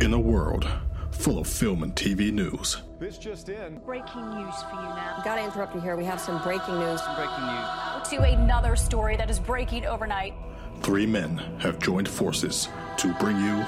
In a world full of film and TV news, This just in. Breaking news for you now. Gotta interrupt you here. We have some breaking news. Breaking news. To another story that is breaking overnight. three men have joined forces to bring you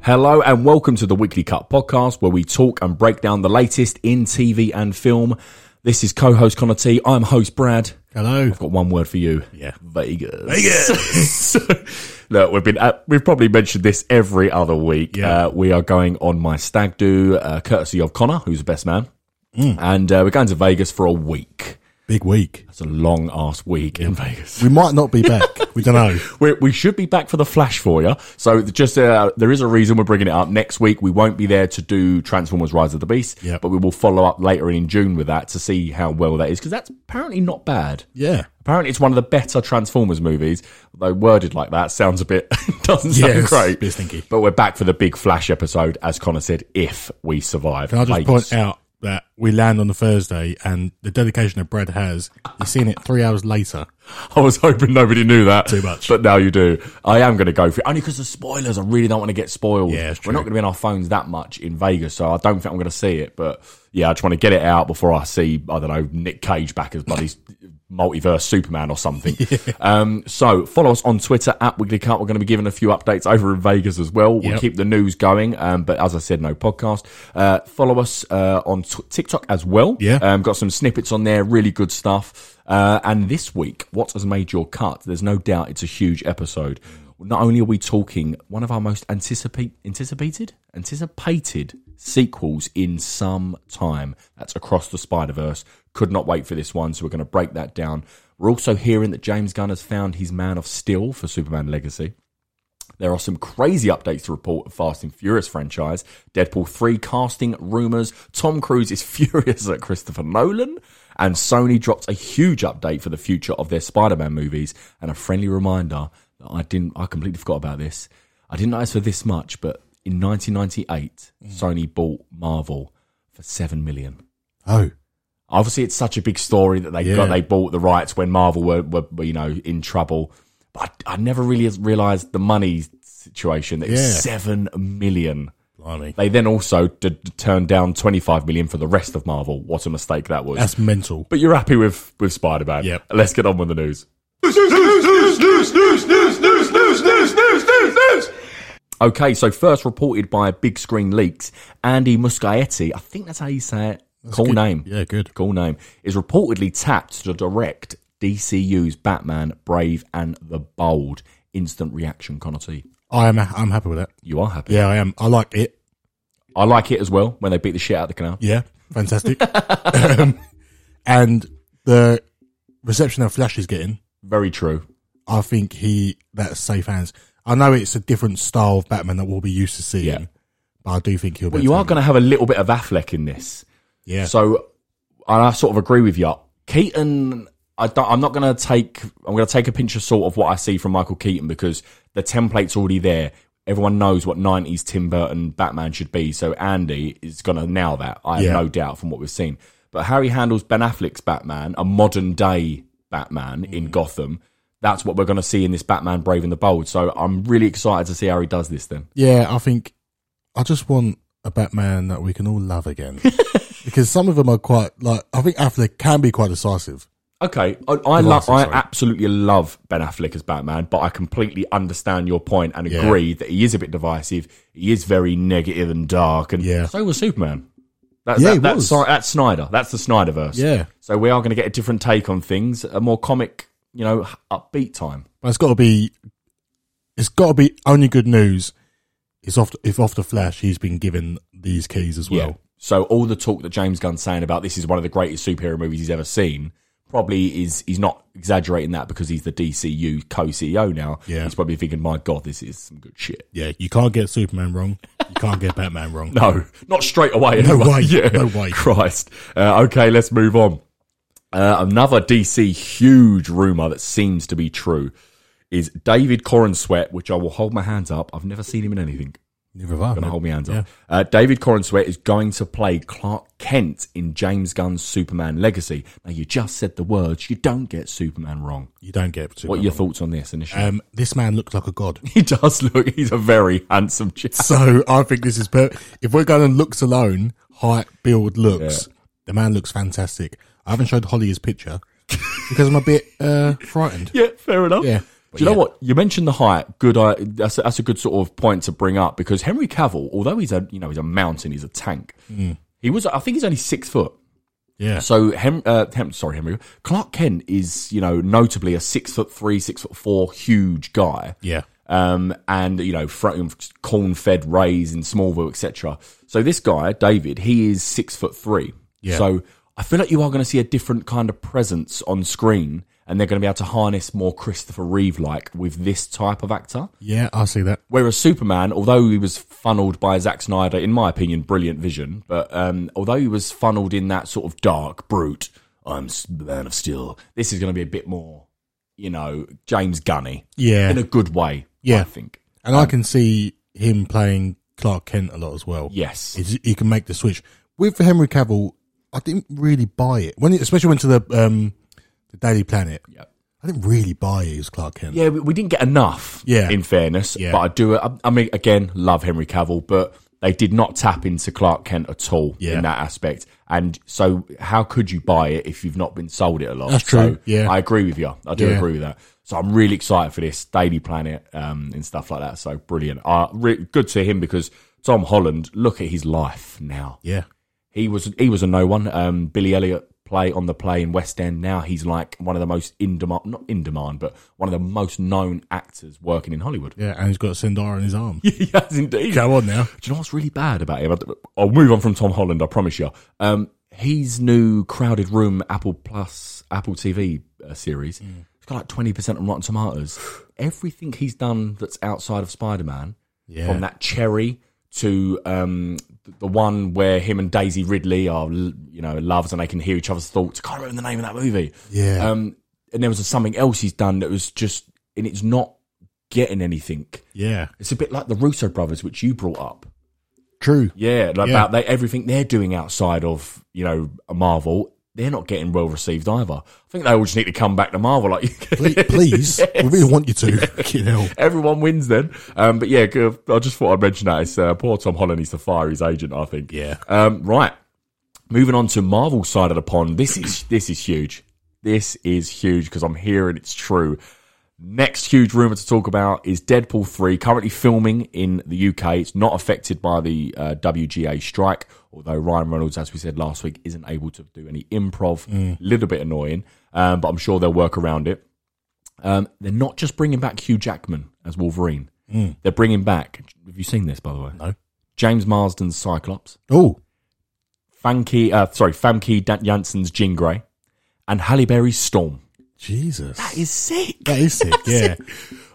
Hello and welcome to the Weekly Cut podcast where we talk and break down the latest in TV and film. This is co-host Connor T. I'm host Brad. Hello. I've got one word for you. Yeah. Vegas. Vegas. Look, we've been at, we've probably mentioned this every other week. Yeah. Uh, we are going on my stag do, uh, courtesy of Connor, who's the best man, Mm. and uh, we're going to Vegas for a week. Big week. It's a long ass week in Vegas. We might not be back. we don't know. we we should be back for the flash for you. So just uh, there is a reason we're bringing it up next week. We won't be there to do Transformers: Rise of the Beast, Yep. but we will follow up later in June with that to see how well that is because that's apparently not bad. Yeah. Apparently, it's one of the better Transformers movies. Though worded like that sounds a bit doesn't Yeah, sound it's great. a bit stinky. But we're back for the big flash episode, as Connor said, if we survive. Can I just Vegas. point out that we land on the Thursday and the dedication that Brad has, you're seeing it three hours later. I was hoping nobody knew that. Too much. But now you do. I am going to go for it. Only because the spoilers, I really don't want to get spoiled. Yeah, it's We're not true. going to be on our phones that much in Vegas, so I don't think I'm going to see it. But yeah, I just want to get it out before I see, I don't know, Nick Cage back as bloody multiverse Superman or something. Um, so follow us on Twitter at Weekly Cut. We're going to be giving a few updates over in Vegas as well. We'll Yep. keep the news going. Um, but as I said, no podcast. Uh, follow us uh, on t- TikTok as well. Yeah. Um, got some snippets on there, really good stuff. Uh, and this week, what has made your cut? There's no doubt it's a huge episode. Not only are we talking one of our most anticipate, anticipated anticipated sequels in some time. That's across the Spider Verse. Could not wait for this one, so we're going to break that down. We're also hearing that James Gunn has found his man of steel for Superman Legacy. There are some crazy updates to report of Fast and Furious franchise, Deadpool 3 casting rumors, Tom Cruise is furious at Christopher Nolan, and Sony dropped a huge update for the future of their Spider-Man movies and a friendly reminder that I didn't I completely forgot about this. I didn't ask for this much, but in 1998, Sony bought Marvel for 7 million. Oh. Obviously, it's such a big story that they Yeah. got they bought the rights when Marvel were, were, were, you know in trouble. But I, I never really realized the money situation. That it was Yeah. seven million. Blimey. They then also did, turned down twenty five million for the rest of Marvel. What a mistake that was. That's mental. but you're happy with with Spider Man. Yep. Let's get on with the news. Okay, so first reported by Big Screen Leaks, Andy Muschietti. I think that's how you say it. cool Good. name Yeah, good. cool name, is reportedly tapped to direct DCU's Batman, Brave, and the Bold. Instant reaction, Connor T. I am I'm happy with that. You are happy. Yeah, I am. I like it. I like it as well when they beat the shit out of the canal. Yeah. Fantastic. um, and the reception that Flash is getting, Very true. I think he that's safe hands. I know it's a different style of Batman that we'll be used to seeing, Yeah. but I do think he'll. But be you able are going to have a little bit of Affleck in this. to- yeah. So, and I sort of agree with you. Keaton, I don't, I'm not going to take. I'm going to take a pinch of salt of what I see from Michael Keaton because the template's already there. Everyone knows what 90s Tim Burton Batman should be. So Andy is going to nail that. I have Yeah. no doubt from what we've seen. But how he handles Ben Affleck's Batman, a modern day Batman Mm. in Gotham, that's what we're going to see in this Batman Brave and the Bold. So I'm really excited to see how he does this then. Yeah, I think I just want a Batman that we can all love again. because some of them are quite like I think Affleck can be quite decisive. Okay, I, I The love. last one, I sorry. absolutely love Ben Affleck as Batman, but I completely understand your point and Yeah. agree that he is a bit divisive. He is very negative and dark, and Yeah. so was Superman. That's, Yeah, that, he that's, was. Si- that's Snyder. That's the Snyderverse. Yeah. So we are going to get a different take on things, a more comic, you know, upbeat time. But it's gotta be it's gotta be only good news is off if off the flash he's been given these keys as well. So all the talk that James Gunn's saying about this is one of the greatest superhero movies he's ever seen probably is he's not exaggerating that because he's the DCU co-CEO E now. Yeah. He's probably thinking, my God, this is some good shit. Yeah, you can't get Superman wrong. You can't get Batman wrong. No, not straight away. No anyway. way, Yeah. no way. Christ. Uh, okay, let's move on. Uh, another DC huge rumor that seems to be true is David Corn Sweat, which I will hold my hands up. I've never seen him in anything. Neither have I. Gonna mate. hold my hands up. Yeah. Uh, David Corrin Sweat is going to play Clark Kent in James Gunn's Superman Legacy. Now, you just said the words. You don't get Superman wrong. You don't get What are your thoughts on this initially? Um, this man looked like a god. he does look. He's a very handsome chap. so I think this is perfect. If we're going on looks alone, height, build, looks, the man looks fantastic. I haven't showed Holly his picture because I'm a bit uh, frightened. Yeah, fair enough. Yeah. Do you know what? You mentioned the height. Good. I, that's, a, that's a good sort of point to bring up because Henry Cavill, although he's a you know he's a mountain, he's a tank. He was. I think he's only six foot. Yeah. So, Hem, uh, Hem, sorry, Henry Clark Kent is you know notably a six foot three, six foot four, huge guy. Yeah. Um, and you know, corn fed rays in Smallville, etc. So this guy, David, he is six foot three. Yeah. So I feel like you are going to see a different kind of presence on screen, and they're going to be able to harness more Christopher Reeve like with this type of actor. Yeah, I see that. Whereas Superman, although he was funneled by Zack Snyder, in my opinion, brilliant vision, but um, although he was funneled in that sort of dark brute, I'm s- the man of steel. This is going to be a bit more, you know, James Gunny Yeah. in a um, good way. Yeah. I think and I can see him playing Clark Kent a lot as well. yes, He's- he can make the switch with Henry Cavill. I didn't really buy it when, it, especially when to the um, the Daily Planet. Yep. I didn't really buy it as Clark Kent. yeah. We, we didn't get enough. Yeah. in fairness, Yeah. but I do. I, I mean, again, love Henry Cavill, but they did not tap into Clark Kent at all Yeah. in that aspect. And so, how could you buy it if you've not been sold it a lot? That's true. So Yeah. I agree with you. I do Yeah. agree with that. So I'm really excited for this Daily Planet um, and stuff like that. So brilliant. Uh, re- good to him because Tom Holland. Look at his life now. yeah. He was he was a no one. Um, Billy Elliot play on the play in West End. Now he's like one of the most in demand, not in demand, but one of the most known actors working in Hollywood. Yeah, and he's got Sindar in his arm. he has indeed. Go on now. Do you know what's really bad about him? I- I'll move on from Tom Holland. I promise you. Um, his new crowded room Apple Plus Apple TV uh, series. Mm. It's got like twenty percent on Rotten Tomatoes. Everything he's done that's outside of Spider Man Yeah. from that cherry to um, th- the one where him and Daisy Ridley are, l- you know, loves and they can hear each other's thoughts. I can't remember the name of that movie. Yeah. Um, and there was something else he's done that was just, and it's not getting anything. Yeah. It's a bit like the Russo brothers, which you brought up. True. Yeah, like Yeah. about they, everything they're doing outside of you know a Marvel, they're not getting well received either. I think they all just need to come back to Marvel. Like, Please, please. we really want you to. Fucking hell. Everyone wins then. Um, but yeah, good. I just thought I'd mention that. It's uh, poor Tom Holland. He's to fire his agent, I think. Yeah. Um, right. Moving on to Marvel side of the pond. This is this is huge. This is huge because I'm hearing it's true. Next huge rumor to talk about is Deadpool 3, currently filming in the UK. It's not affected by the uh, WGA strike, although Ryan Reynolds, as we said last week, isn't able to do any improv. A little bit annoying, um, but I'm sure they'll work around it. Um, they're not just bringing back Hugh Jackman as Wolverine. They're bringing back. Have you seen this, by the way? No. James Marsden's Cyclops, Oh, Famke, uh, sorry, Famke Dan- Janssen's Jean Grey, and Halle Berry's Storm. Jesus. That is sick. That is sick. yeah.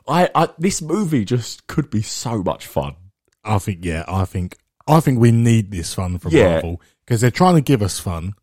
I, I this movie just could be so much fun. I think, yeah, I think, I think we need this fun from Yeah. Marvel because they're trying to give us fun,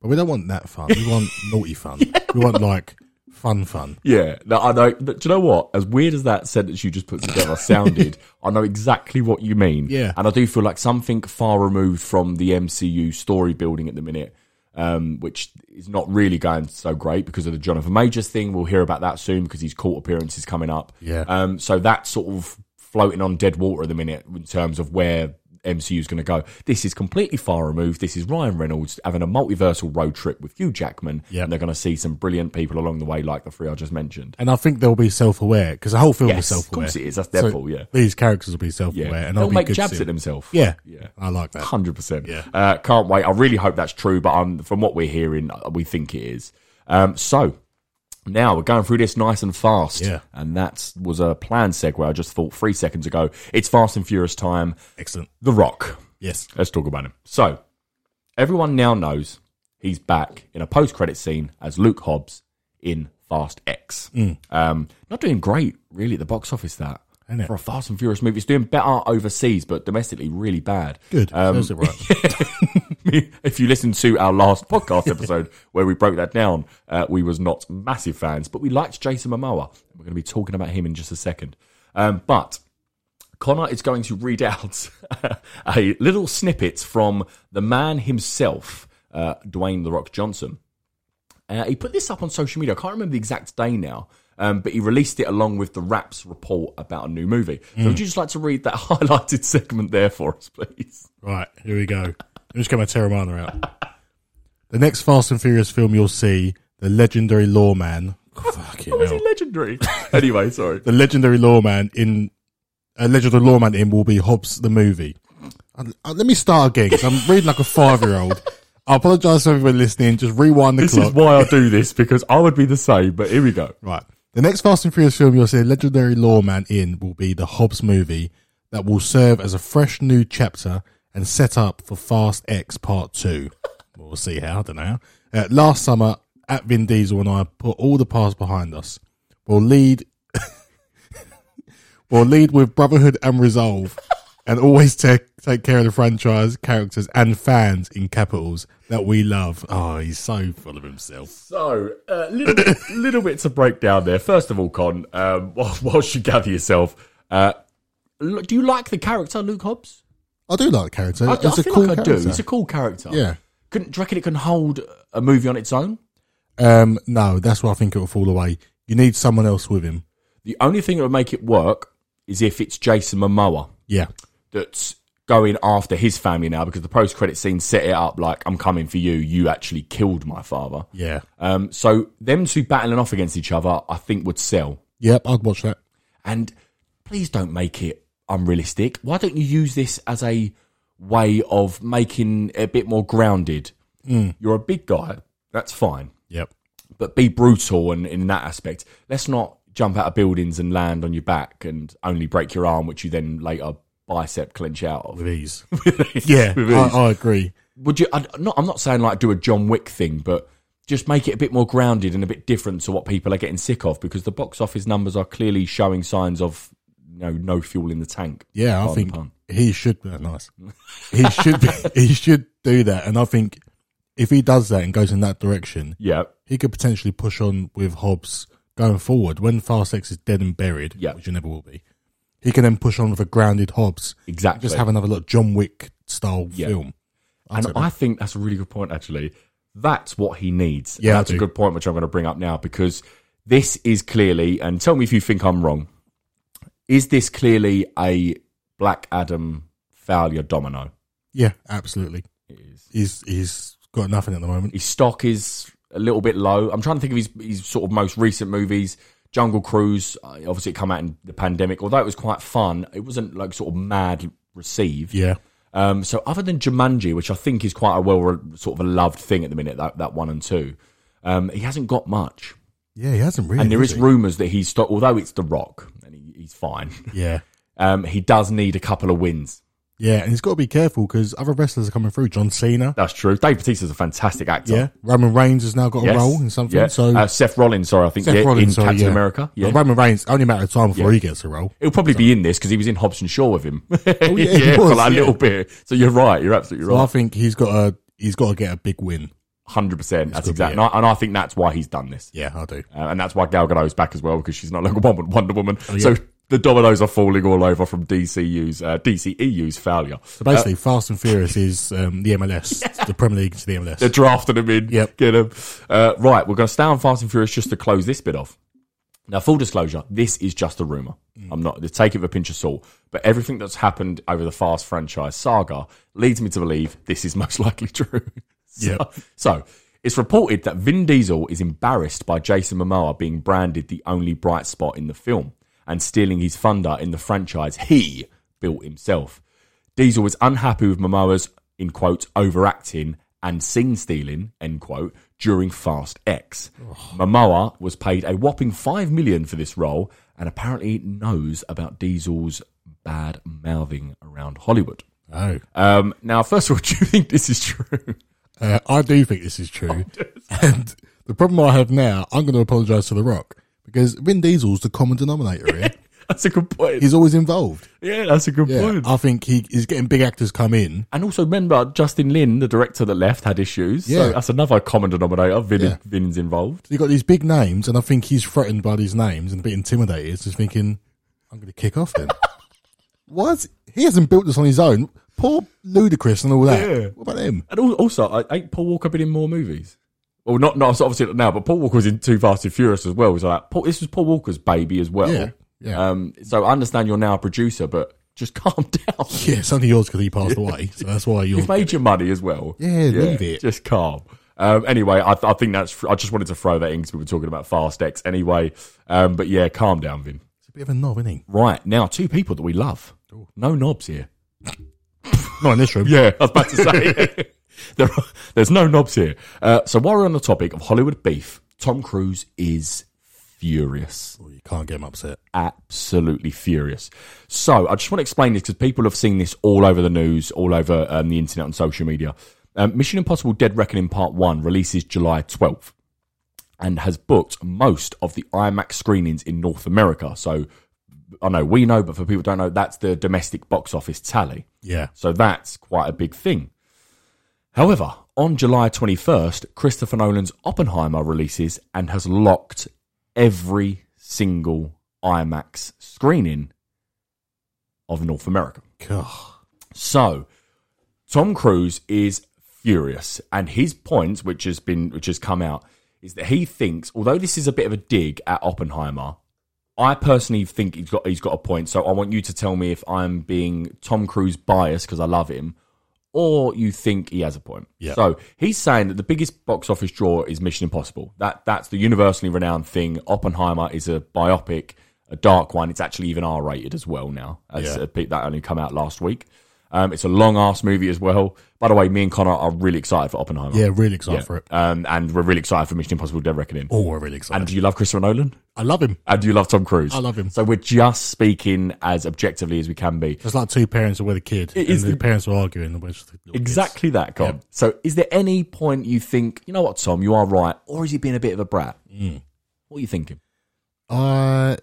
but we don't want that fun. We want naughty fun. we want like fun fun. Yeah, no, I know. but Do you know what? As weird as that sentence you just put together sounded, I know exactly what you mean. Yeah. and I do feel like something far removed from the MCU story building at the minute, um, which is not really going so great because of the Jonathan Majors thing. We'll hear about that soon because his court appearance is coming up. Yeah. um, so that's sort of floating on dead water at the minute in terms of where. MCU is going to go. This is completely far removed. This is Ryan Reynolds having a multiversal road trip with Hugh Jackman, Yeah. and they're going to see some brilliant people along the way, like the three I just mentioned. And I think they'll be self aware because the whole film is Yes, self of aware. course it is. That's Deadpool, yeah. These characters will be self aware Yeah, and they'll I'll be make good jabs to see at them. themself. Yeah. yeah, I like that. hundred percent. Yeah. uh, can't wait. I really hope that's true, but um, from what we're hearing, uh, we think it is. Um, so now we're going through this nice and fast. Yeah. and that was a planned segue. I just thought three seconds ago. It's Fast and Furious time. Excellent. The Rock. Yes. Let's talk about him. So everyone now knows he's back in a post-credit scene as Luke Hobbs in Fast X. Mm. Um, not doing great really at the box office. That Ain't it? for a Fast and Furious movie, it's doing better overseas, but domestically really bad. Good. Um, Serves it right. if you listen to our last podcast episode where we broke that down, uh, we was not massive fans, but we liked Jason Momoa. We're going to be talking about him in just a second. Um, but Connor is going to read out a little snippet from the man himself, uh, Dwayne The Rock Johnson. Uh, he put this up on social media. I can't remember the exact day now, um, but he released it along with the Raps report about a new movie. So would you just like to read that highlighted segment there for us, please? Right, here we go. Let me just get my Terramana out. The next Fast and Furious film you'll see, The Legendary Lawman. Fucking Was he hell. legendary? anyway, sorry. The Legendary Lawman in uh, a Legendary Lawman in will be Hobbs the movie. Uh, uh, let me start again. 'cause I'm reading like a five year old. I apologise to everybody listening. Just rewind the This clock. is why I do this because I would be the same. But here we go. Right. The next Fast and Furious film you'll see a legendary lawman in will be the Hobbs movie that will serve as a fresh new chapter and set up for Fast X Part 2. We'll see how, I don't know. Uh, last summer, at Vin Diesel and I put all the past behind us. We'll lead. we'll lead with brotherhood and resolve, and always take take care of the franchise, characters, and fans in capitals that we love. Oh, he's so full of himself. So, uh, little, bit- little bit to break down there. First of all, Con, um, while- whilst you gather yourself, uh, l- do you like the character Luke Hobbs? I do like the character. I, I it's Uh, a feel cool like I do. character. It's a cool character. Yeah. Couldn't do you reckon it can hold a movie on its own? Um, no, that's where I think it will fall away. You need someone else with him. The only thing that would make it work is if it's Jason Momoa Yeah, that's going after his family now because the post credit scene set it up like I'm coming for you. You actually killed my father. yeah, Um, so them two battling off against each other, I think would sell. yep. I'd watch that. And please don't make it unrealistic. Why don't you use this as a way of making it a bit more grounded? Hmm. You're a big guy. That's fine. Yep. but be brutal and in that aspect. Let's not jump out of buildings and land on your back and only break your arm, which you then later bicep clench out of. With ease. yeah, With I, ease. I agree. Would you? i not, I'm not saying like do a John Wick thing, but just make it a bit more grounded and a bit different to what people are getting sick of because the box office numbers are clearly showing signs of you know, no fuel in the tank. Yeah, I Pardon the think pun. he should. oh, nice. He should. Be, he should do that. And I think if he does that and goes in that direction, Yeah, he could potentially push on with Hobbs going forward. When Fast X is dead and buried, Yeah. which he never will be, he can then push on with a grounded Hobbs. exactly. Just have another look John Wick style Yeah. film. I'd And say that. I think that's a really good point, actually. That's what he needs. And Yeah, I that's a do. good point, which I'm going to bring up now because this is clearly, and tell me if you think I'm wrong, is this clearly a Black Adam failure domino? yeah, absolutely. He's he's got nothing at the moment. His stock is a little bit low. I'm trying to think of his, his sort of most recent movies. Jungle Cruise, uh, obviously, it come out in the pandemic. Although it was quite fun, it wasn't like sort of mad received. Yeah. Um, so other than Jumanji, which I think is quite a well sort of a loved thing at the minute, that, that one and two, um, he hasn't got much. Yeah, he hasn't really. And there is he? rumours that he's sto- although it's The Rock and he, he's fine, Yeah. um, he does need a couple of wins. Yeah, and he's got to be careful because other wrestlers are coming through. John Cena. That's true. Dave Bautista's a fantastic actor. Yeah. Roman Reigns has now got Yes. a role in something. Yeah. So uh, Seth Rollins, sorry, I think Seth yeah, Rollins, in sorry, Captain yeah. America. Yeah. But Roman Reigns, only a matter of time before Yeah. he gets a role. He'll probably be in this because he was in Hobbs and Shaw with him. he was, for like a Oh, yeah. little bit. So you're right. You're absolutely So I right. think he's got a he's got to get a big win. Hundred percent. That's good, exact. yeah. And, I, and I think that's why he's done this. Yeah, I do. Uh, and that's why Gal Gadot's back as well because she's not like a woman, Wonder Woman. Oh, yeah. So the dominoes are falling all over from DCU's uh, DCEU's failure. So uh, basically, Fast and Furious is um, the MLS, the Premier League to the MLS. They're drafting him in. Yep. Get him. Uh, right, we're going to stay on Fast and Furious just to close this bit off. Now, full disclosure, this is just a rumor. Mm. I'm not take it with a pinch of salt, but everything that's happened over the Fast franchise saga leads me to believe this is most likely true. so, Yep. so it's reported that Vin Diesel is embarrassed by Jason Momoa being branded the only bright spot in the film and stealing his thunder in the franchise he built himself. Diesel was unhappy with Momoa's, in quote, overacting and scene stealing, end quote, during Fast X. Momoa was paid a whopping five million for this role and apparently knows about Diesel's bad mouthing around Hollywood. oh, Um, now, first of all, do you think this is true? uh, I do think this is true. and the problem I have now, I'm going to apologise to The Rock because Vin Diesel's the common denominator here. That's a good point. he's always involved. yeah, that's a good Yeah, point. I think he is getting big actors come in. Um, and also remember, Justin Lin, the director that left, had issues. Yeah. So that's another common denominator. Vin, Yeah. Vin's involved. You got these big names, and I think he's threatened by these names and a bit intimidated. Just thinking, I'm going to kick off then. Why is, he hasn't built this on his own? Poor Ludacris and all that. What about him? And al- also, I- ain't Paul Walker been in more movies? Well, not not obviously not now, but Paul Walker was in Too Fast and Furious as well. So like, Paul, this was Paul Walker's baby as well. Yeah, yeah. Um, so I understand you're now a producer, but just calm down. Yeah, it's only yours because he passed away, so that's why you're. You've made your money as well. Yeah, leave it. Just calm. Um, anyway, I, I think that's. I just wanted to throw that in because we were talking about Fast X anyway. Um, but yeah, calm down, Vin. It's a bit of a knob, isn't he? Right now, two people that we love. No knobs here. Not in this room. Yeah, I was about to say. there are, there's no knobs here. Uh, so while we're on the topic of Hollywood beef, Tom Cruise is furious. Well, Oh, you can't get him upset. Absolutely furious. So I just want to explain this because people have seen this all over the news, all over um, the internet and social media. Um, Mission Impossible Dead Reckoning Part 1 releases July 12th and has booked most of the IMAX screenings in North America. So I know we know, but for people who don't know, that's the domestic box office tally. Yeah. So that's quite a big thing. However, on July 21st, Christopher Nolan's Oppenheimer releases and has locked every single IMAX screening of North America. God. So, Tom Cruise is furious, and his point, which has been which has come out, is that he thinks, although this is a bit of a dig at Oppenheimer, I personally think he's got he's got a point. So I want you to tell me if I'm being Tom Cruise biased because I love him, or you think he has a point. Yeah. So he's saying that the biggest box office draw is Mission Impossible. That that's the universally renowned thing. Oppenheimer is a biopic, a dark one. It's actually even R rated as well now. As Yeah. a pic- that only come out last week. Um, it's a long ass movie as well. By the way, me and Connor are really excited for Oppenheimer. Yeah, really excited for it. Um, and we're really excited for Mission Impossible Dead Reckoning. Oh, we're really excited. And do you love Christopher Nolan? I love him. And do you love Tom Cruise? I love him. So we're just speaking as objectively as we can be. It's like two parents with a kid. It and is the, the- parents were arguing. and we're just little kids. Exactly that, Con. Yeah. So is there any point you think, you know what, Tom, you are right, or is he being a bit of a brat? Mm. What are you thinking? Uh,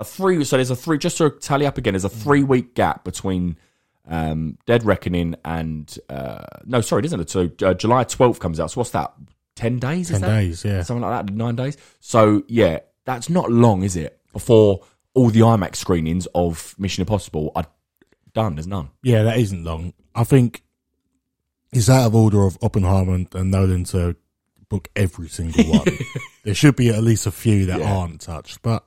A three. So there's a three. Just to tally up again, there's Mm. a three week gap between um, Dead Reckoning and uh, no, sorry, it isn't it? So uh, July 12th comes out. So what's that? Ten days? Ten is that? days, yeah. something like that. Nine days. So yeah, that's not long, is it? Before all the IMAX screenings of Mission Impossible are done. There's none. yeah, that isn't long. I think it's out of order of Oppenheimer and, and Nolan to book every single one. there should be at least a few that Yeah. aren't touched. But,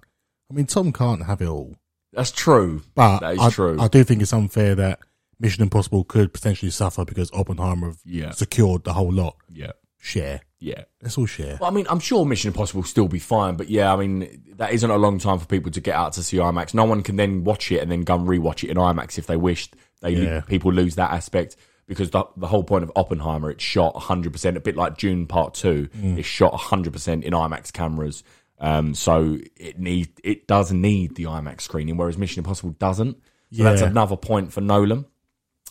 I mean, Tom can't have it all. That's true. But that is I, true. I do think it's unfair that Mission Impossible could potentially suffer because Oppenheimer have Yeah. secured the whole lot. yeah. Share. Yeah. Let's all share. Well, I mean, I'm sure Mission Impossible will still be fine, but yeah, I mean, that isn't a long time for people to get out to see IMAX. No one can then watch it and then go and rewatch it in IMAX if they wished. They Yeah. people lose that aspect because the, the whole point of Oppenheimer, it's shot 100 percent, a bit like June Part Two, Mm. it's shot 100 percent in IMAX cameras. Um, so it need it does need the IMAX screening, whereas Mission Impossible doesn't. So that's Yeah. another point for Nolan.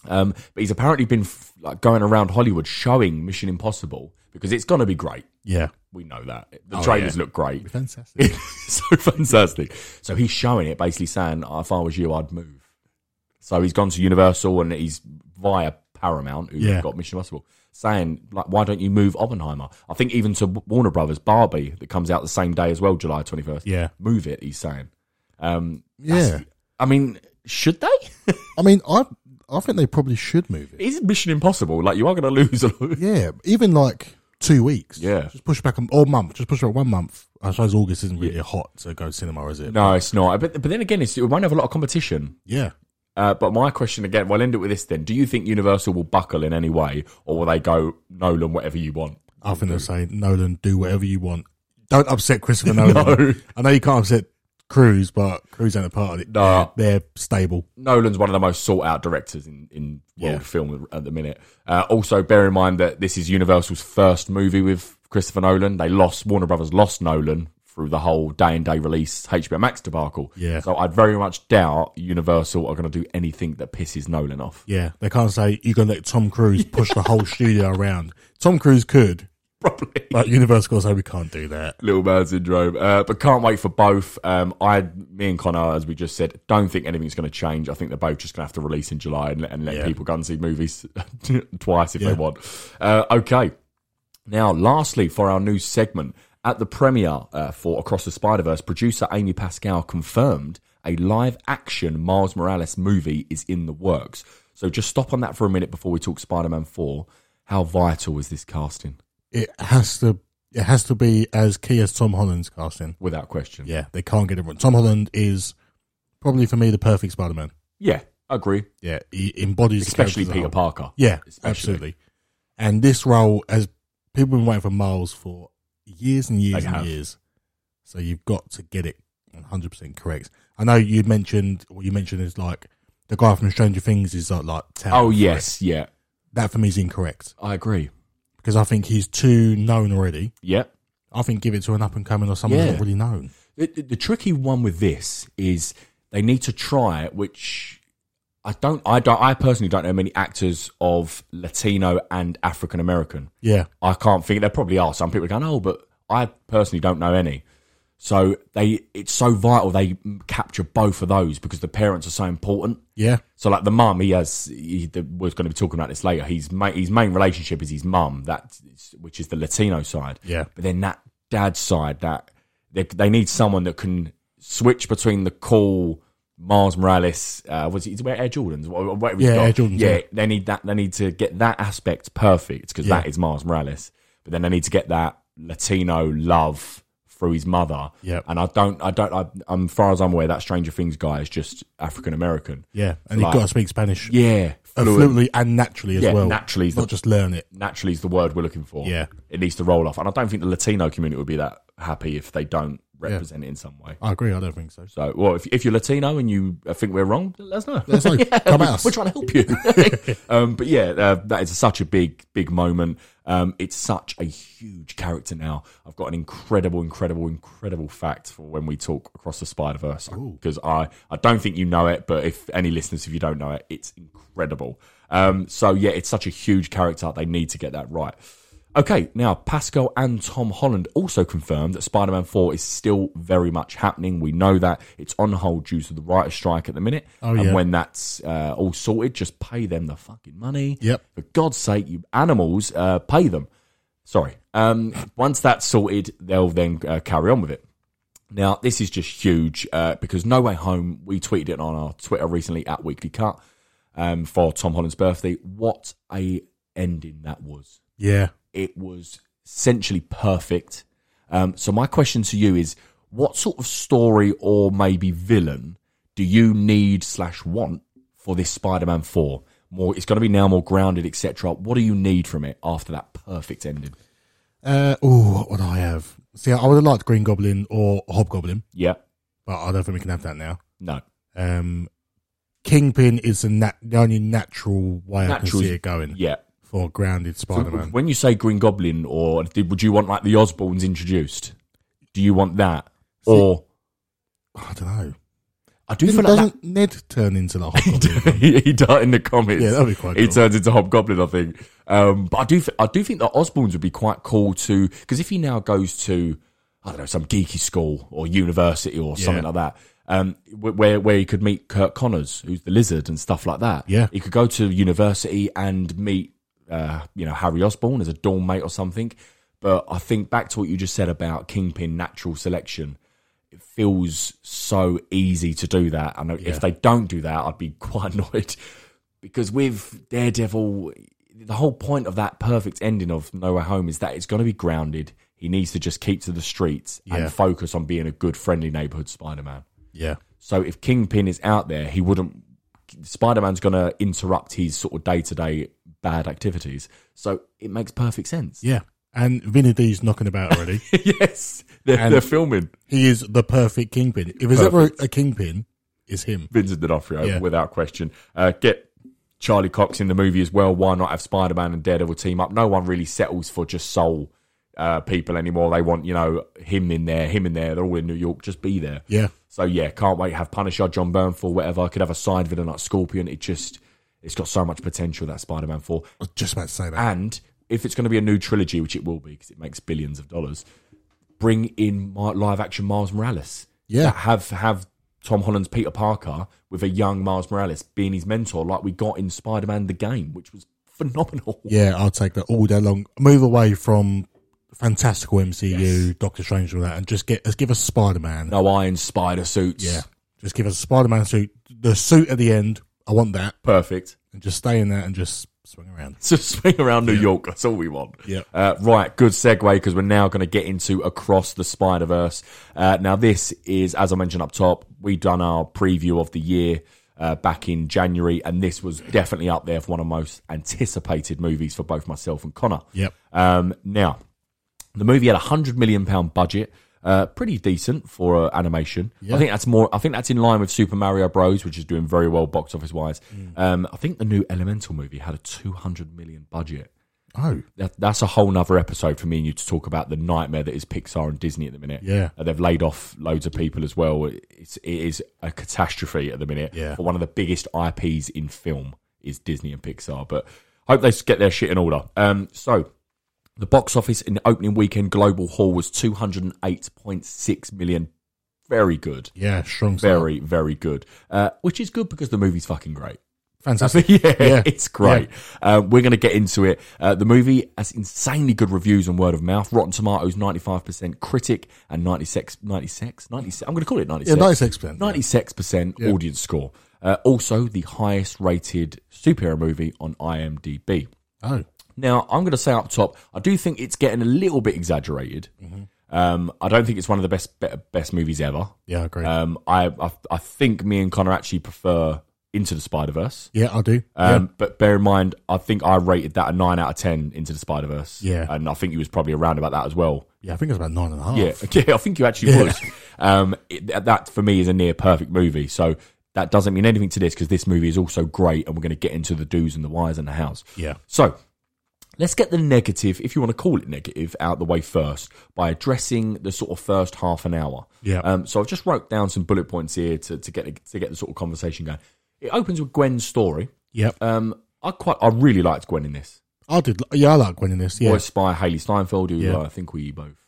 Um, but he's apparently been f- like going around Hollywood showing Mission Impossible because it's going to be great. Yeah. We know that. The Oh, trailers look great. Fantastic. so fantastic. So he's showing it, basically saying, "Oh, if I was you, I'd move. So he's gone to Universal and he's via Paramount, who Yeah. got Mission Impossible, saying, like, why don't you move Oppenheimer? I think even to Warner Brothers, Barbie, that comes out the same day as well, July 21st. Yeah. Move it, he's saying. Um, yeah. I mean, should they? I mean, I I think they probably should move it. Is Mission Impossible? Like, you are going to lose a lot. Yeah, even like two weeks. Yeah. just push back a, or month. Just push back one month. I suppose August isn't really hot to go cinema, is it? No, it's not. But, but then again, it's, it won't have a lot of competition. Yeah, Uh, but my question again, we'll end it with this then. Do you think Universal will buckle in any way, or will they go Nolan, whatever you want? I think they'll say Nolan, do whatever you want. Don't upset Christopher Nolan. I know you can't upset Cruz, but Cruz ain't a part of it. No. they're, they're stable. Nolan's one of the most sought out directors in, in world Yeah. film at the minute. Uh, also, bear in mind that this is Universal's first movie with Christopher Nolan. They lost, Warner Brothers lost Nolan through the whole day and day release HBO Max debacle. Yeah. So I very much doubt Universal are going to do anything that pisses Nolan off. Yeah, they can't say you're gonna let Tom Cruise push the whole studio around. Tom Cruise could, Probably. but Universal will say we can't do that. Little Man Syndrome. Uh, but can't wait for both. Um, I, me and Connor, as we just said, don't think anything's going to change. I think they're both just going to have to release in July and, let- and let Yeah. people go and see movies twice if they Yeah. want. Uh, okay. Now, lastly, for our new segment, at the premiere uh, for Across the Spider Verse, producer Amy Pascal confirmed a live action Miles Morales movie is in the works. So just stop on that for a minute before we talk Spider Man 4. How vital is this casting? It has to. It has to be as key as Tom Holland's casting. Without question. Yeah, they can't get it wrong. Tom Holland is probably for me the perfect Spider-Man. Yeah, I agree. Yeah, he embodies the character Especially as a Peter whole. Parker. Yeah, Especially. absolutely. And this role, as people have been waiting for Miles for years and years They and have. years, so you've got to get it 100 percent correct. I know you mentioned what you mentioned is like the guy from Stranger Things is uh, like, like Tal Oh, for it. yes. Yeah, that for me is incorrect I agree. because I think he's too known already. Yeah. I think give it to an up and coming or someone Yeah. not really known. The, the- the tricky one with this is they need to try, it, which I don't, I don't, I personally don't know many actors of Latino and African American. Yeah, I can't think. There probably are some people going, oh, but I personally don't know any. So they, it's so vital they capture both of those because the parents are so important. yeah, So like the mum, he has. He, the, we're going to be talking about this later. His ma- his main relationship is his mum, that which is the Latino side. Yeah. But then that dad side, that they, they need someone that can switch between the cool Mars Morales. Uh, was he he's wearing Air Jordans? What, what Yeah, Air Jordans, Yeah, yeah. They need that. They need to get that aspect perfect because Yeah. that is Mars Morales. But then they need to get that Latino love through his mother. Yep. And I don't. I don't. I, I'm far as I'm aware, that Stranger Things guy is just African American. yeah, and Like- you've got to speak Spanish Yeah, fluid. fluently and naturally as Yeah, well. naturally is not the- just learn it. Naturally is the word we're looking for. Yeah. it needs to roll off, and I don't think the Latino community would be that happy if they don't represent it in some way. I agree. I don't think so. So, well, if, if you're Latino and you uh, think we're wrong, let us know. us know. Come at us. We're trying to help you. um, but yeah, uh, that is such a big, big moment. Um, it's such a huge character now. I've got an incredible, incredible, incredible fact for when we talk across the Spider Verse because I, I don't think you know it, but if any listeners, if you don't know it, it's incredible. Um, so yeah, it's such a huge character. They need to get that right. Okay, now Pascal and Tom Holland also confirmed that Spider Man 4 is still very much happening. We know that it's on hold due to the writer's strike at the minute. Oh, and yeah. when that's uh, all sorted, just pay them the fucking money. Yep. For God's sake, you animals, uh, pay them. Sorry. Um, once that's sorted, they'll then uh, carry on with it. Now, this is just huge uh, because No Way Home, we tweeted it on our Twitter recently at Weekly Cut um, for Tom Holland's birthday. What a ending that was Yeah, it was essentially perfect. Um, so my question to you is, what sort of story or maybe villain do you need slash want for this Spider-Man Four? More, it's going to be now more grounded, etc. What do you need from it after that perfect ending? Uh, oh, what would I have? See, I would have liked Green Goblin or Hobgoblin, Yeah, but I don't think we can have that now. no, Um, Kingpin is the, nat- the only natural way I Natural- can see it going yeah. for a grounded Spider-Man. When you say Green Goblin, or did, would you want like the Osborns introduced? Do you want that, or I don't know. I do feel like that- doesn't Ned turn into the Hobgoblin? he, he died in the comics. Yeah, that'd be quite He cool. turns into Hobgoblin, I think. Um, but I do, th- I do think that Osborne's would be quite cool to because if he now goes to, I don't know, some geeky school or university or something Yeah. like that, um, wh- where where he could meet Kurt Connors, who's the Lizard and stuff like that. Yeah. he could go to university and meet, uh, you know, Harry Osborne as a dorm mate or something. But I think back to what you just said about Kingpin natural selection feels so easy to do that. And if they don't do that, I'd be quite annoyed because with Daredevil, the whole point of that perfect ending of No Way Home is that it's going to be grounded. He needs to just keep to the streets Yeah. and focus on being a good, friendly neighborhood Spider Man. yeah, So if Kingpin is out there, he wouldn't. Spider Man's going to interrupt his sort of day to day bad activities. So it makes perfect sense. yeah. And Vinny D's knocking about already. yes. They're, And- they're filming he is the perfect Kingpin. If there's ever a Kingpin, it's him. Vincent D'Onofrio, Yeah. without question. Uh, get Charlie Cox in the movie as well. Why not have Spider Man and Daredevil team up? No one really settles for just soul uh, people anymore. They want, you know, him in there, him in there. They're all in New York. Just be there. Yeah, So, yeah, can't wait. Have Punisher, John Byrne for whatever. Could have a side villain like Scorpion. It just, it's got so much potential, that Spider Man 4. I was just about to say that. And if it's going to be a new trilogy, which it will be because it makes billions of dollars, bring in my, live action Miles Morales. Yeah. That have have Tom Holland's Peter Parker with a young Miles Morales being his mentor, like we got in Spider Man the game, which was phenomenal. Yeah, I'll take that all day long. Move away from fantastical MCU, Doctor Strange, and all that, and just get just give us Spider Man. No iron spider suits. Yeah. Just give us a Spider Man suit, the suit at the end. I want that, Perfect. and just stay in that and just swing around. So swing around New York. That's all we want. Yeah. Uh, right. Good segue because we're now going to get into Across the Spider Verse. Uh, now, this is, as I mentioned up top, we done our preview of the year uh, back in January, and this was definitely up there for one of the most anticipated movies for both myself and Connor. Yep. Um, now, the movie had a hundred million pound budget. Uh, pretty decent for uh, animation. I think that's more. I think that's in line with Super Mario Bros, which is doing very well box office wise. Um, I think the new Elemental movie had a two hundred million budget. Oh, That, that's a whole nother episode for me and you to talk about the nightmare that is Pixar and Disney at the minute. Yeah. Uh, they've laid off loads of people as well. It's, it is a catastrophe at the minute. Yeah. For one of the biggest IPs in film is Disney and Pixar, but hope they get their shit in order. Um, so the box office in the opening weekend global haul was 208.6 million. Very good. yeah, strong stuff. Very, very good. Uh, which is good because the movie's fucking great. Fantastic. yeah, Yeah. it's great. Uh, we're going to get into it. Uh, the movie has insanely good reviews and word of mouth. Rotten Tomatoes, 95% critic and 96, 96, 96 I'm going to call it 96. Yeah, 96%, yeah. 96% audience score. Uh, also, the highest rated superhero movie on IMDb. Oh, Now, I'm going to say up top, I do think it's getting a little bit exaggerated. Mm-hmm. Um, I don't think it's one of the best be- best movies ever. yeah, I agree. Um, I, I I think me and Connor actually prefer Into the Spider Verse. yeah, I do. Um, But bear in mind, I think I rated that a nine out of ten into the Spider Verse. Yeah. Oh. and I think you was probably around about that as well. yeah. yeah, I think it's about nine and a half. Yeah, yeah, I think you actually was. Um, it, that- that for me is a near perfect movie. So that doesn't mean anything to this because this movie is also great, and we're going to get into the do's and the whys and the hows. Yeah. So let's get the negative, if you want to call it negative, out the way first by addressing the sort of first half an hour. Yeah. Um, so I've just wrote down some bullet points here to, to get to get the sort of conversation going. It opens with Gwen's story. Yep. Um, I quite, I really liked Gwen in this. I did. Yeah, I like Gwen in this. Yeah. Voiced by Haley Steinfeld, who Yeah. uh, I think we both,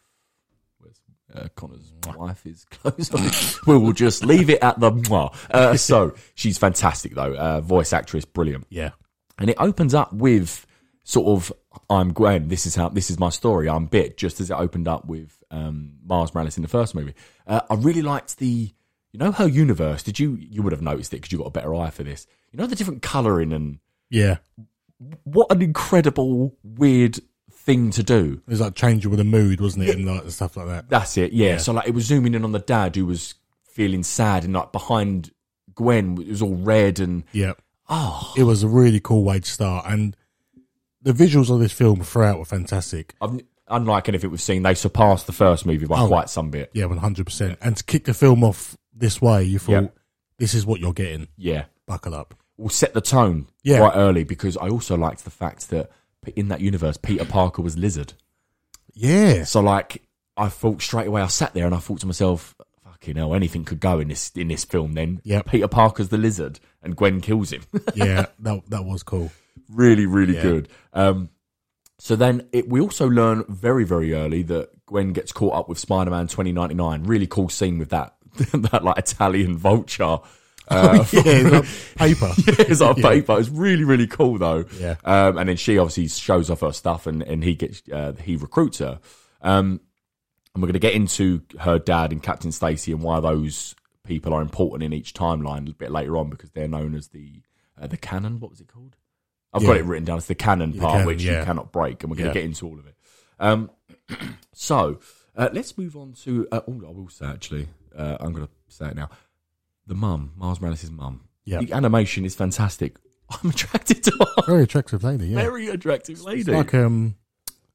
where's uh, Connor's wife is close. we will just leave it at the. mwah. Uh, so she's fantastic though, uh, voice actress, brilliant, Yeah. and it opens up with sort of I'm Gwen. This is how this is my story. I'm bit just as it opened up with um, Mars Morales in the first movie. Uh, I really liked the. You know her universe. Did you? You would have noticed it because you got a better eye for this. You know the different colouring and Yeah. what an incredible weird thing to do It was like changing with the mood, wasn't it? And like stuff like that. that's it yeah. so like it was zooming in on the dad who was feeling sad and like behind gwen it was all red and Yeah. Oh. It was a really cool way to start. And the visuals of this film throughout were fantastic. I've, unlike anything we've seen they surpassed the first movie by Oh. quite some bit Yeah, 100%. And to kick the film off this way, you thought, Yeah. this is what you're getting. yeah Buckle up. we'll set the tone Yeah. quite early because i also liked the fact that in that universe peter parker was lizard Yeah. so like i thought straight away i sat there and i thought to myself fucking hell anything could go in this in this film then Yep. peter parker's the lizard and gwen kills him yeah, that, that was cool. really really good um so then it, we also learn very very early that gwen gets caught up with spider-man 2099 really cool scene with that that like italian vulture uh, Yeah, it was like paper. it's on paper. It's really, really cool though. Yeah. Um, and then she obviously shows off her stuff, and and he gets uh, he recruits her. Um, and we're going to get into her dad and Captain Stacy and why those people are important in each timeline a bit later on because they're known as the uh, the canon. What was it called? I've got Yeah. it written down. It's the canon part, canon, which yeah. you cannot break, and we're going Yeah. to get into all of it. Um, so uh, let's move on to. Uh, oh, I will say actually, uh, I'm going to say it now. The mum, Mars Morales' mum. Yeah. The animation is fantastic. I'm attracted to her. Very attractive lady, yeah. Very attractive lady. like, um,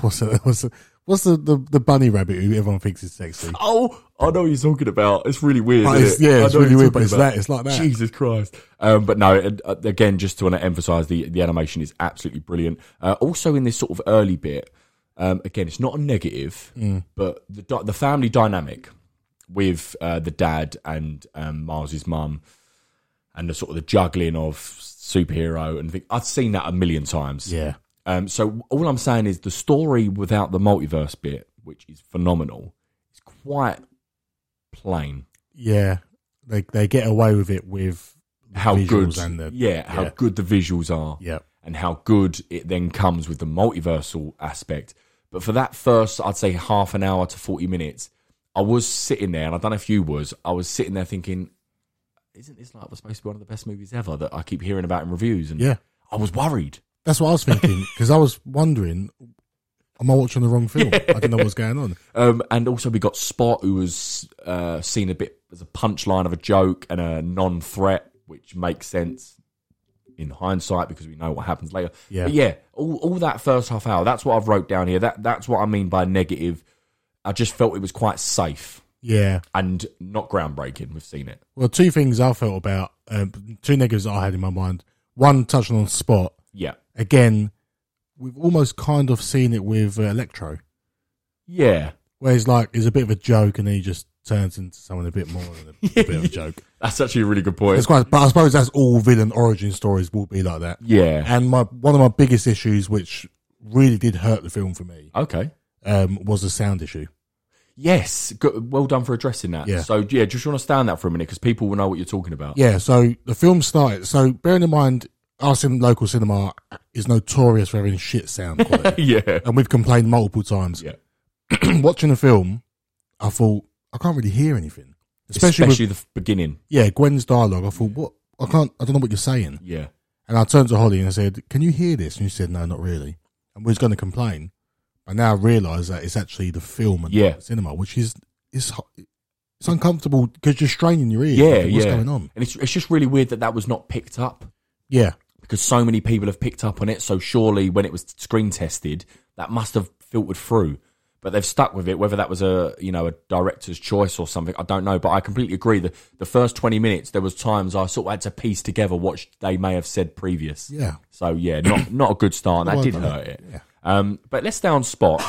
what's the, what's the, what's the, the, the bunny rabbit who everyone thinks is sexy? Oh, I know what you're talking about. It's really weird. But isn't it's- it? yeah, I it's know what really you're weird, but talking it's about. that- it's like that. Jesus Christ. Um, but no, and, uh, again, just to want to emphasise, the, the animation is absolutely brilliant. Uh, also, in this sort of early bit, um, again, it's not a negative, Mm. but the, di- the family dynamic with uh, the dad and um, Miles's mum and the sort of the juggling of superhero and thing. I've seen that a million times. Yeah. Um, so all I'm saying is the story without the multiverse bit, which is phenomenal, is quite plain. Yeah. They, they get away with it with the How visuals good, and the, yeah, how good the visuals are, Yeah. and how good it then comes with the multiversal aspect. But for that first, I'd say half an hour to forty minutes, I was sitting there, and I don't know if you was. I was sitting there thinking, isn't this like supposed to be one of the best movies ever that I keep hearing about in reviews? And Yeah. I was worried. That's what I was thinking because I was wondering, am I watching the wrong film? I didn't know what's going on. Um, and also we got Spot, who was uh, seen a bit as a punchline of a joke and a non-threat, which makes sense in hindsight because we know what happens later. Yeah. but yeah. All, all that first half hour. That's what I've wrote down here. That that's what I mean by negative. I just felt it was quite safe Yeah. and not groundbreaking. We've seen it. Well, two things I felt about um, two negatives that I had in my mind. One touching on spot Yeah, again. We've almost kind of seen it with uh, Electro, yeah. where it's like it's a bit of a joke, and then he just turns into someone a bit more than a, a bit of a joke. That's actually a really good point. It's quite, but I suppose that's all villain origin stories will be like that. yeah. And my one of my biggest issues, which really did hurt the film for me, Okay. um, was the sound issue. Yes. Good. Well done for addressing that. Yeah. So yeah, just want to stand that for a minute because people will know what you're talking about. Yeah, so the film started. So bearing in mind, our cin- local cinema is notorious for having shit sound quality, yeah. and we've complained multiple times. Yeah. Watching the film, I thought I can't really hear anything, especially, especially with, the f- beginning. yeah Gwen's dialogue. I thought what I can't, I don't know what you're saying. Yeah, And I turned to Holly and I said, "Can you hear this?" And she said, "No, not really." And we was going to complain, but now I realise that it's actually the film and Yeah. not the cinema, which is is ho- it's uncomfortable because you're straining your ears. yeah, Like, What's yeah. going on? And it's it's just really weird that that was not picked up Yeah, because so many people have picked up on it. So surely when it was screen tested, that must have filtered through. But they've stuck with it, whether that was a you know a director's choice or something. I don't know, but I completely agree. The the first twenty minutes, there was times I sort of had to piece together what sh- they may have said previous. yeah. So yeah, not not a good start. and That Well did done. hurt it. Um, but let's stay on spot.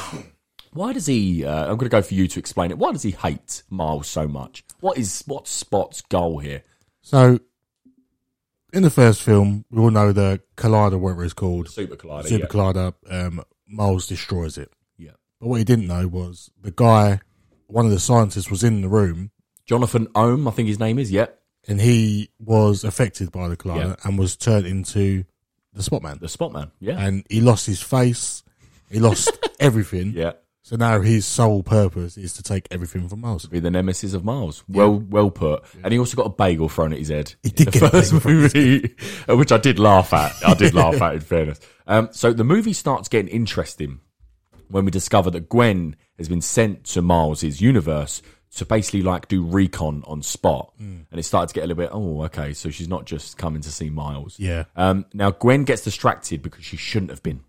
Why does he? Uh, I'm going to go for you to explain it. Why does he hate Miles so much? What is what's Spot's goal here? So, in the first film, we all know the collider, whatever it's called, Super collider. super collider. Um, Miles destroys it, yeah. but what he didn't know was the guy, one of the scientists, was in the room Jonathan Ohm, I think his name is. Yeah, and he was affected by the collider Yeah. and was turned into the Spot Man, the Spot Man. Yeah, and he lost his face, he lost everything. yeah. So now his sole purpose is to take everything from Miles. Be the nemesis of Miles. Well, well put. And he also got a bagel thrown at his head. He did the get a first bagel movie, uh, which I did laugh at. I did laugh at. In fairness, um, so the movie starts getting interesting when we discover that Gwen has been sent to Miles's universe to basically like do recon on Spot, Mm. and it started to get a little bit. Oh, okay. So she's not just coming to see Miles. Yeah. Um, now Gwen gets distracted because she shouldn't have been.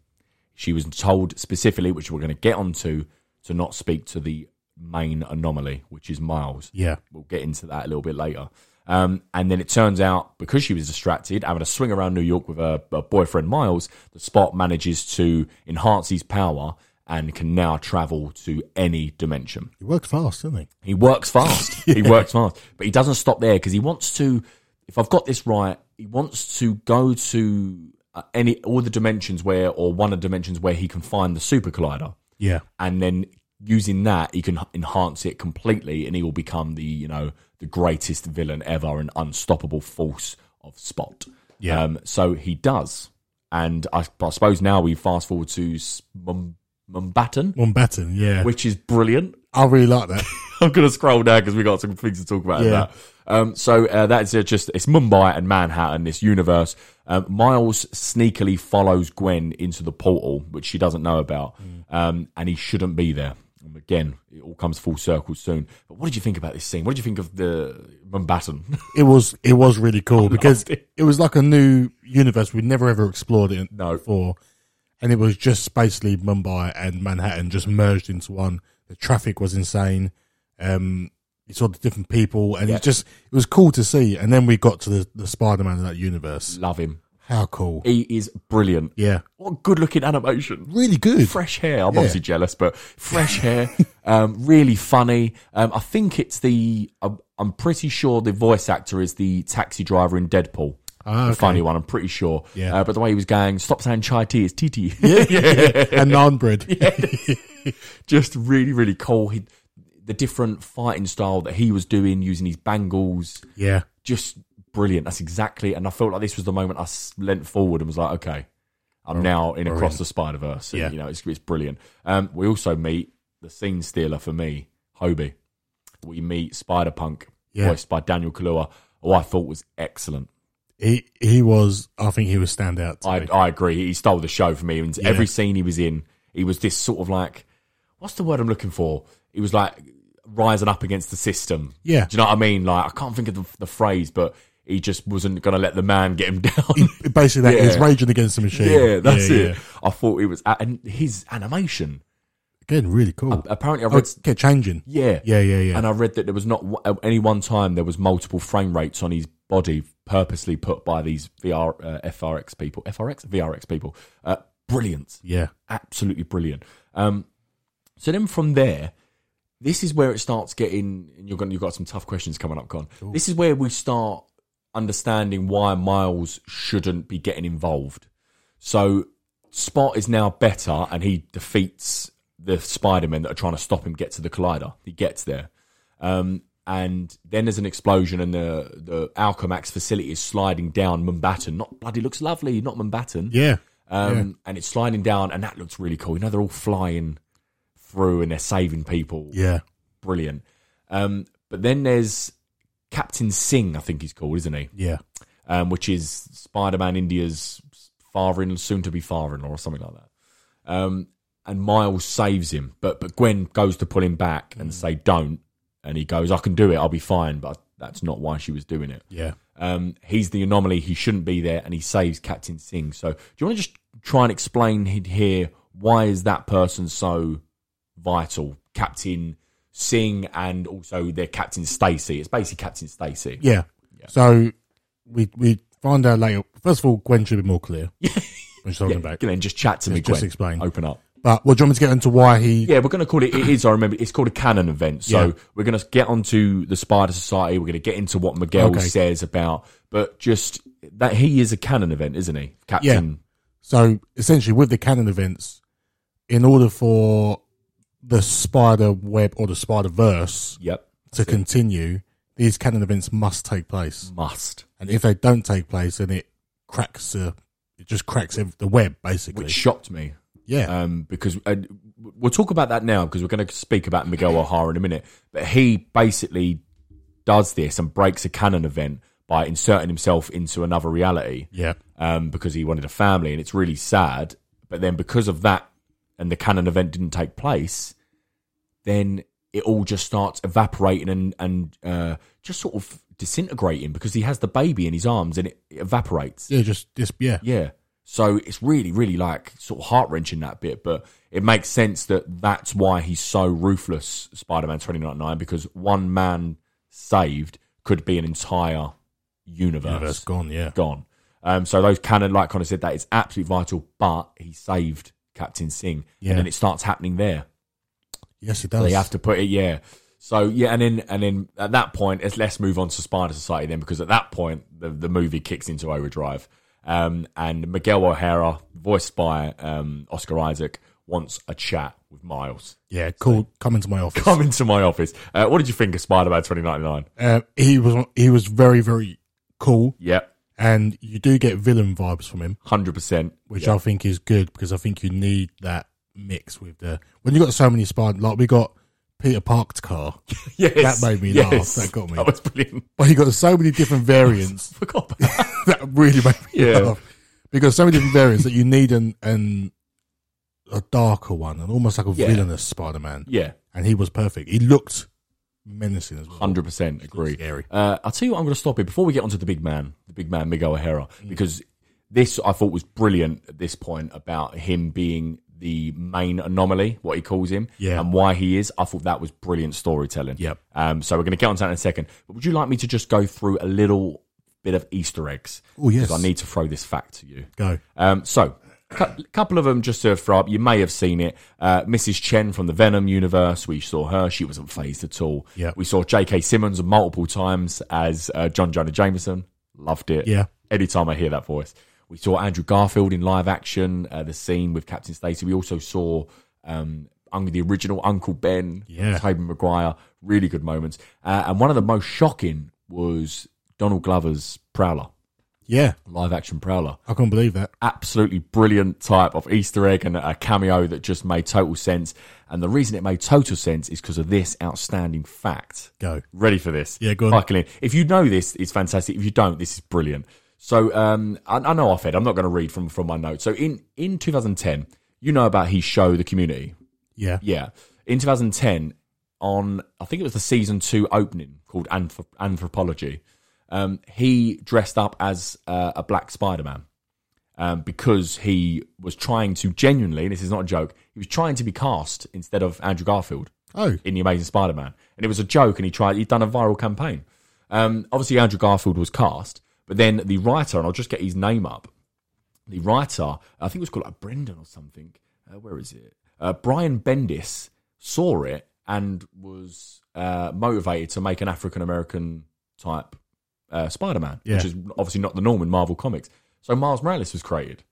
She was told specifically, which we're going to get onto, to not speak to the main anomaly, which is Miles. Yeah. We'll get into that a little bit later. Um, and then it turns out because she was distracted, having a swing around New York with her, her boyfriend Miles, the Spot manages to enhance his power and can now travel to any dimension. He worked fast, didn't he? He works fast. He works fast, but he doesn't stop there because he wants to. If I've got this right, he wants to go to uh, any all the dimensions where, or one of the dimensions where he can find the super collider, Yeah. and then using that he can h- enhance it completely, and he will become the you know the greatest villain ever, an unstoppable force of Spot. Yeah. Um, so he does, and I, I suppose now we fast forward to S- Mum- Mumbatan, Mountbatten, yeah. which is brilliant. I really like that. I'm going to scroll down because we got some things to talk about. in Yeah. That. Um, so uh, that's it. Just it's Mumbai and Manhattan. This universe. Um, Miles sneakily follows Gwen into the portal, which she doesn't know about, Mm. um, and he shouldn't be there. And Again, it all comes full circle soon. But what did you think about this scene? What did you think of the Mumbatan? It was it was really cool because it. was like a new universe we'd never ever explored it No. before, and it was just basically Mumbai and Manhattan just merged into one. The traffic was insane. Um, you saw the different people, and Yeah. it just it was cool to see. And then we got to the, the Spider Man in that universe. Love him. How cool! He is brilliant. Yeah, What good looking animation. really good. fresh hair. I'm Yeah. obviously jealous, but fresh hair, um, really funny. Um, I think it's the. I'm, I'm pretty sure the voice actor is the taxi driver in Deadpool. Ah, The okay. funny one, I'm pretty sure. Yeah. Uh, but the way he was going, stop saying chai tea, it's tea tea. Yeah. and naan bread. Just really, really cool. He, the different fighting style that he was doing using his bangles, yeah. just brilliant. That's exactly. And I felt like this was the moment I s- leant forward and was like, okay, I'm now in across the Spider Verse. Yeah. You know, it's, it's brilliant. Um, we also meet the scene stealer for me, Hobie. we meet Spider Punk, Yeah. voiced by Daniel Kaluuya, who I thought was excellent. He he was. I think he was standout. To I, me. I agree. He stole the show for me. And Yeah. every scene he was in, he was this sort of like, what's the word I'm looking for? He was like rising up against the system. Yeah. Do you know what I mean? Like, I can't think of the, the phrase, but he just wasn't going to let the man get him down. Basically, that Yeah. is raging against the machine. yeah, that's Yeah, it. yeah. I thought it was, and his animation. Again, really cool. Apparently, I oh, read. it's kept changing. Yeah. yeah, yeah, yeah. And I read that there was not at any one time there was multiple frame rates on his body purposely put by these VR uh, FRX people, FRX VRX people. Uh, brilliant, yeah, absolutely brilliant. Um, so then from there, this is where it starts getting. And you're going, to you've got some tough questions coming up, Con. This is where we start understanding why Miles shouldn't be getting involved. So Spot is now better, and he defeats the Spider-Men that are trying to stop him get to the Collider. He gets there. Um, and then there's an explosion, and the the Alchemax facility is sliding down Mumbatan. Not bloody looks lovely, not Mumbatan. yeah. Um, And it's sliding down, and that looks really cool. You know, they're all flying through and they're saving people. Yeah. Brilliant. Um, but then there's Captain Singh, I think he's called, isn't he? Yeah. Um, which is Spider Man India's father in soon to be father in law or something like that. Um, and Miles saves him, but, but Gwen goes to pull him back Mm. and say, Don't. And he goes, I can do it, I'll be fine. But that's not why she was doing it. Yeah. Um, he's the anomaly. He shouldn't be there, and he saves Captain Singh. So, do you want to just try and explain he- here why is that person so vital, Captain Singh, and also their Captain Stacy? It's basically Captain Stacy. Yeah. So we we find out later. First of all, Gwen should be more clear. what she's talking Yeah, about. go then just chat to me. just Gwen. explain. Open up. But well, do you want me to get into why he? Yeah, we're going to call it. It is. I remember. It's called a canon event. So Yeah. we're going to get onto the Spider Society. We're going to get into what Miguel Okay. says about, but just that he is a canon event, isn't he, Captain? So essentially, with the canon events, in order for the spider web or the spider verse Yep. to continue, these canon events must take Mm. place. Must. And if they don't take place, then it cracks the it just cracks ev- the web basically. Which shocked me. yeah, um, because uh, we'll talk about that now because we're going to speak about Miguel O'Hara in a minute. But he basically does this and breaks a canon event by inserting himself into another reality yeah, um, because he wanted a family, and it's really sad. But then because of that, and the canon event didn't take place, then it all just starts evaporating and and uh, just sort of disintegrating because he has the baby in his arms and it evaporates. yeah. Just this, yeah, Yeah. So it's really, really like sort of heart wrenching that bit, but it makes sense that that's why he's so ruthless, Spider Man 2099, because one man saved could be an entire universe, universe gone. Yeah, gone. Um, so those canon, like Connor said, that is absolutely vital, but he saved Captain Singh. Yeah. And then it starts happening there. yes, it So does. They have to put it, yeah. So yeah, and then and then at that point, let's let's move on to Spider Society then, because at that point the, the movie kicks into overdrive. Um, and Miguel O'Hara, voiced by um, Oscar Isaac, wants a chat with Miles. yeah, cool. Come into my office. Come into my office. Uh, what did you think of Spider Man twenty ninety nine? Uh, he was he was very very cool, Yep, and you do get villain vibes from him, hundred percent. which I think is good because I think you need that mix with the when you got so many spider like we got Peter Parked car, Yes, That made me laugh. yes. That got me. That was brilliant. but you got so many different variants Forgot about that. that really made me Yeah. laugh because so many different variants that you need an an a darker one and almost like a Yeah. villainous Spider Man, Yeah, and he was perfect. He looked menacing as well. Hundred percent agree. scary. Uh, I'll tell you what, I'm going to stop here before we get onto the big man, the big man Miguel O'Hara, Mm. because this I thought was brilliant at this point about him being the main anomaly, what he calls him, Yeah. and why he is. I thought that was brilliant storytelling. Yep. Um, so we're going to get onto that in a second. But would you like me to just go through a little bit of Easter eggs? Oh, yes. 'Cause I need to throw this fact to you. Go. Um, so, a couple of them just to throw up. You may have seen it. Uh, Mrs. Chen from the Venom universe. We saw her. She wasn't phased at all. Yeah. We saw J.K. Simmons multiple times as uh, John Jonah Jameson. Loved it. Yeah. Anytime I hear that voice. We saw Andrew Garfield in live action, uh, the scene with Captain Stacy. We also saw um, un- the original Uncle Ben, Yeah. Tobey Maguire. Really good moments. Uh, and one of the most shocking was Donald Glover's Prowler. Yeah, live action Prowler. I can't believe that. absolutely brilliant type of Easter egg and a cameo that just made total sense. And the reason it made total sense is because of this outstanding fact. Go. Ready for this? Yeah, go on. Buckle in. If you know this, it's fantastic. If you don't, this is brilliant. So um, I, I know I've had. I'm not going to read from, from my notes. So in, in 2010, you know about his show, The Community. Yeah. Yeah. In 2010, on I think it was the season two opening called Anthrop- Anthropology, um, he dressed up as uh, a black Spider Man um, because he was trying to genuinely, and this is not a joke, he was trying to be cast instead of Andrew Garfield Oh, in the Amazing Spider Man, and it was a joke, and he tried. He'd done a viral campaign. Um, obviously, Andrew Garfield was cast, but then the writer, and I'll just get his name up. The writer, I think it was called like Brendan or something. Uh, where is it? Uh, Brian Bendis saw it and was uh, motivated to make an African American type uh, Spider Man, Yeah. which is obviously not the norm in Marvel Comics. So Miles Morales was created.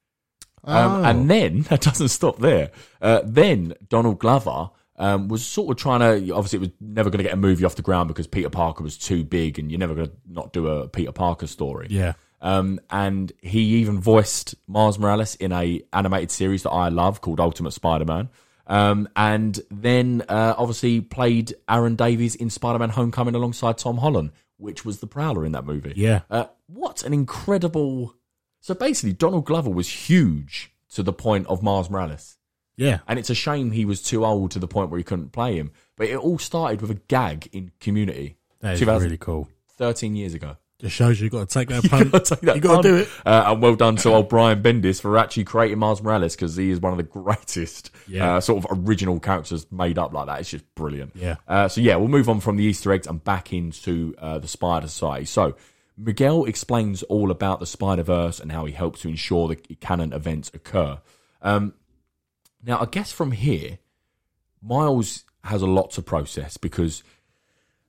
Oh. Um, and then that doesn't stop there. Uh, then Donald Glover um, was sort of trying to. Obviously, it was never going to get a movie off the ground because Peter Parker was too big, and you're never going to not do a Peter Parker story. yeah. Um, and he even voiced Miles Morales in a animated series that I love called Ultimate Spider-Man. Um, and then uh, obviously played Aaron Davies in Spider-Man: Homecoming alongside Tom Holland, which was the Prowler in that movie. Yeah. Uh, what an incredible! So basically, Donald Glover was huge to the point of Miles Morales. Yeah. And it's a shame he was too old to the point where he couldn't play him. But it all started with a gag in Community That is 2000 really cool. 13 years ago. Just shows you got to take that You punt. gotta take that you got punt. to do it. Uh, and well done to old Brian Bendis for actually creating Miles Morales because he is one of the greatest Yeah. uh, sort of original characters made up like that. It's just brilliant. Yeah. Uh, so yeah, we'll move on from the Easter eggs and back into uh, the Spider Society. So Miguel explains all about the Spider Verse and how he helps to ensure that canon events occur. Um, now, I guess from here, Miles has a lot to process because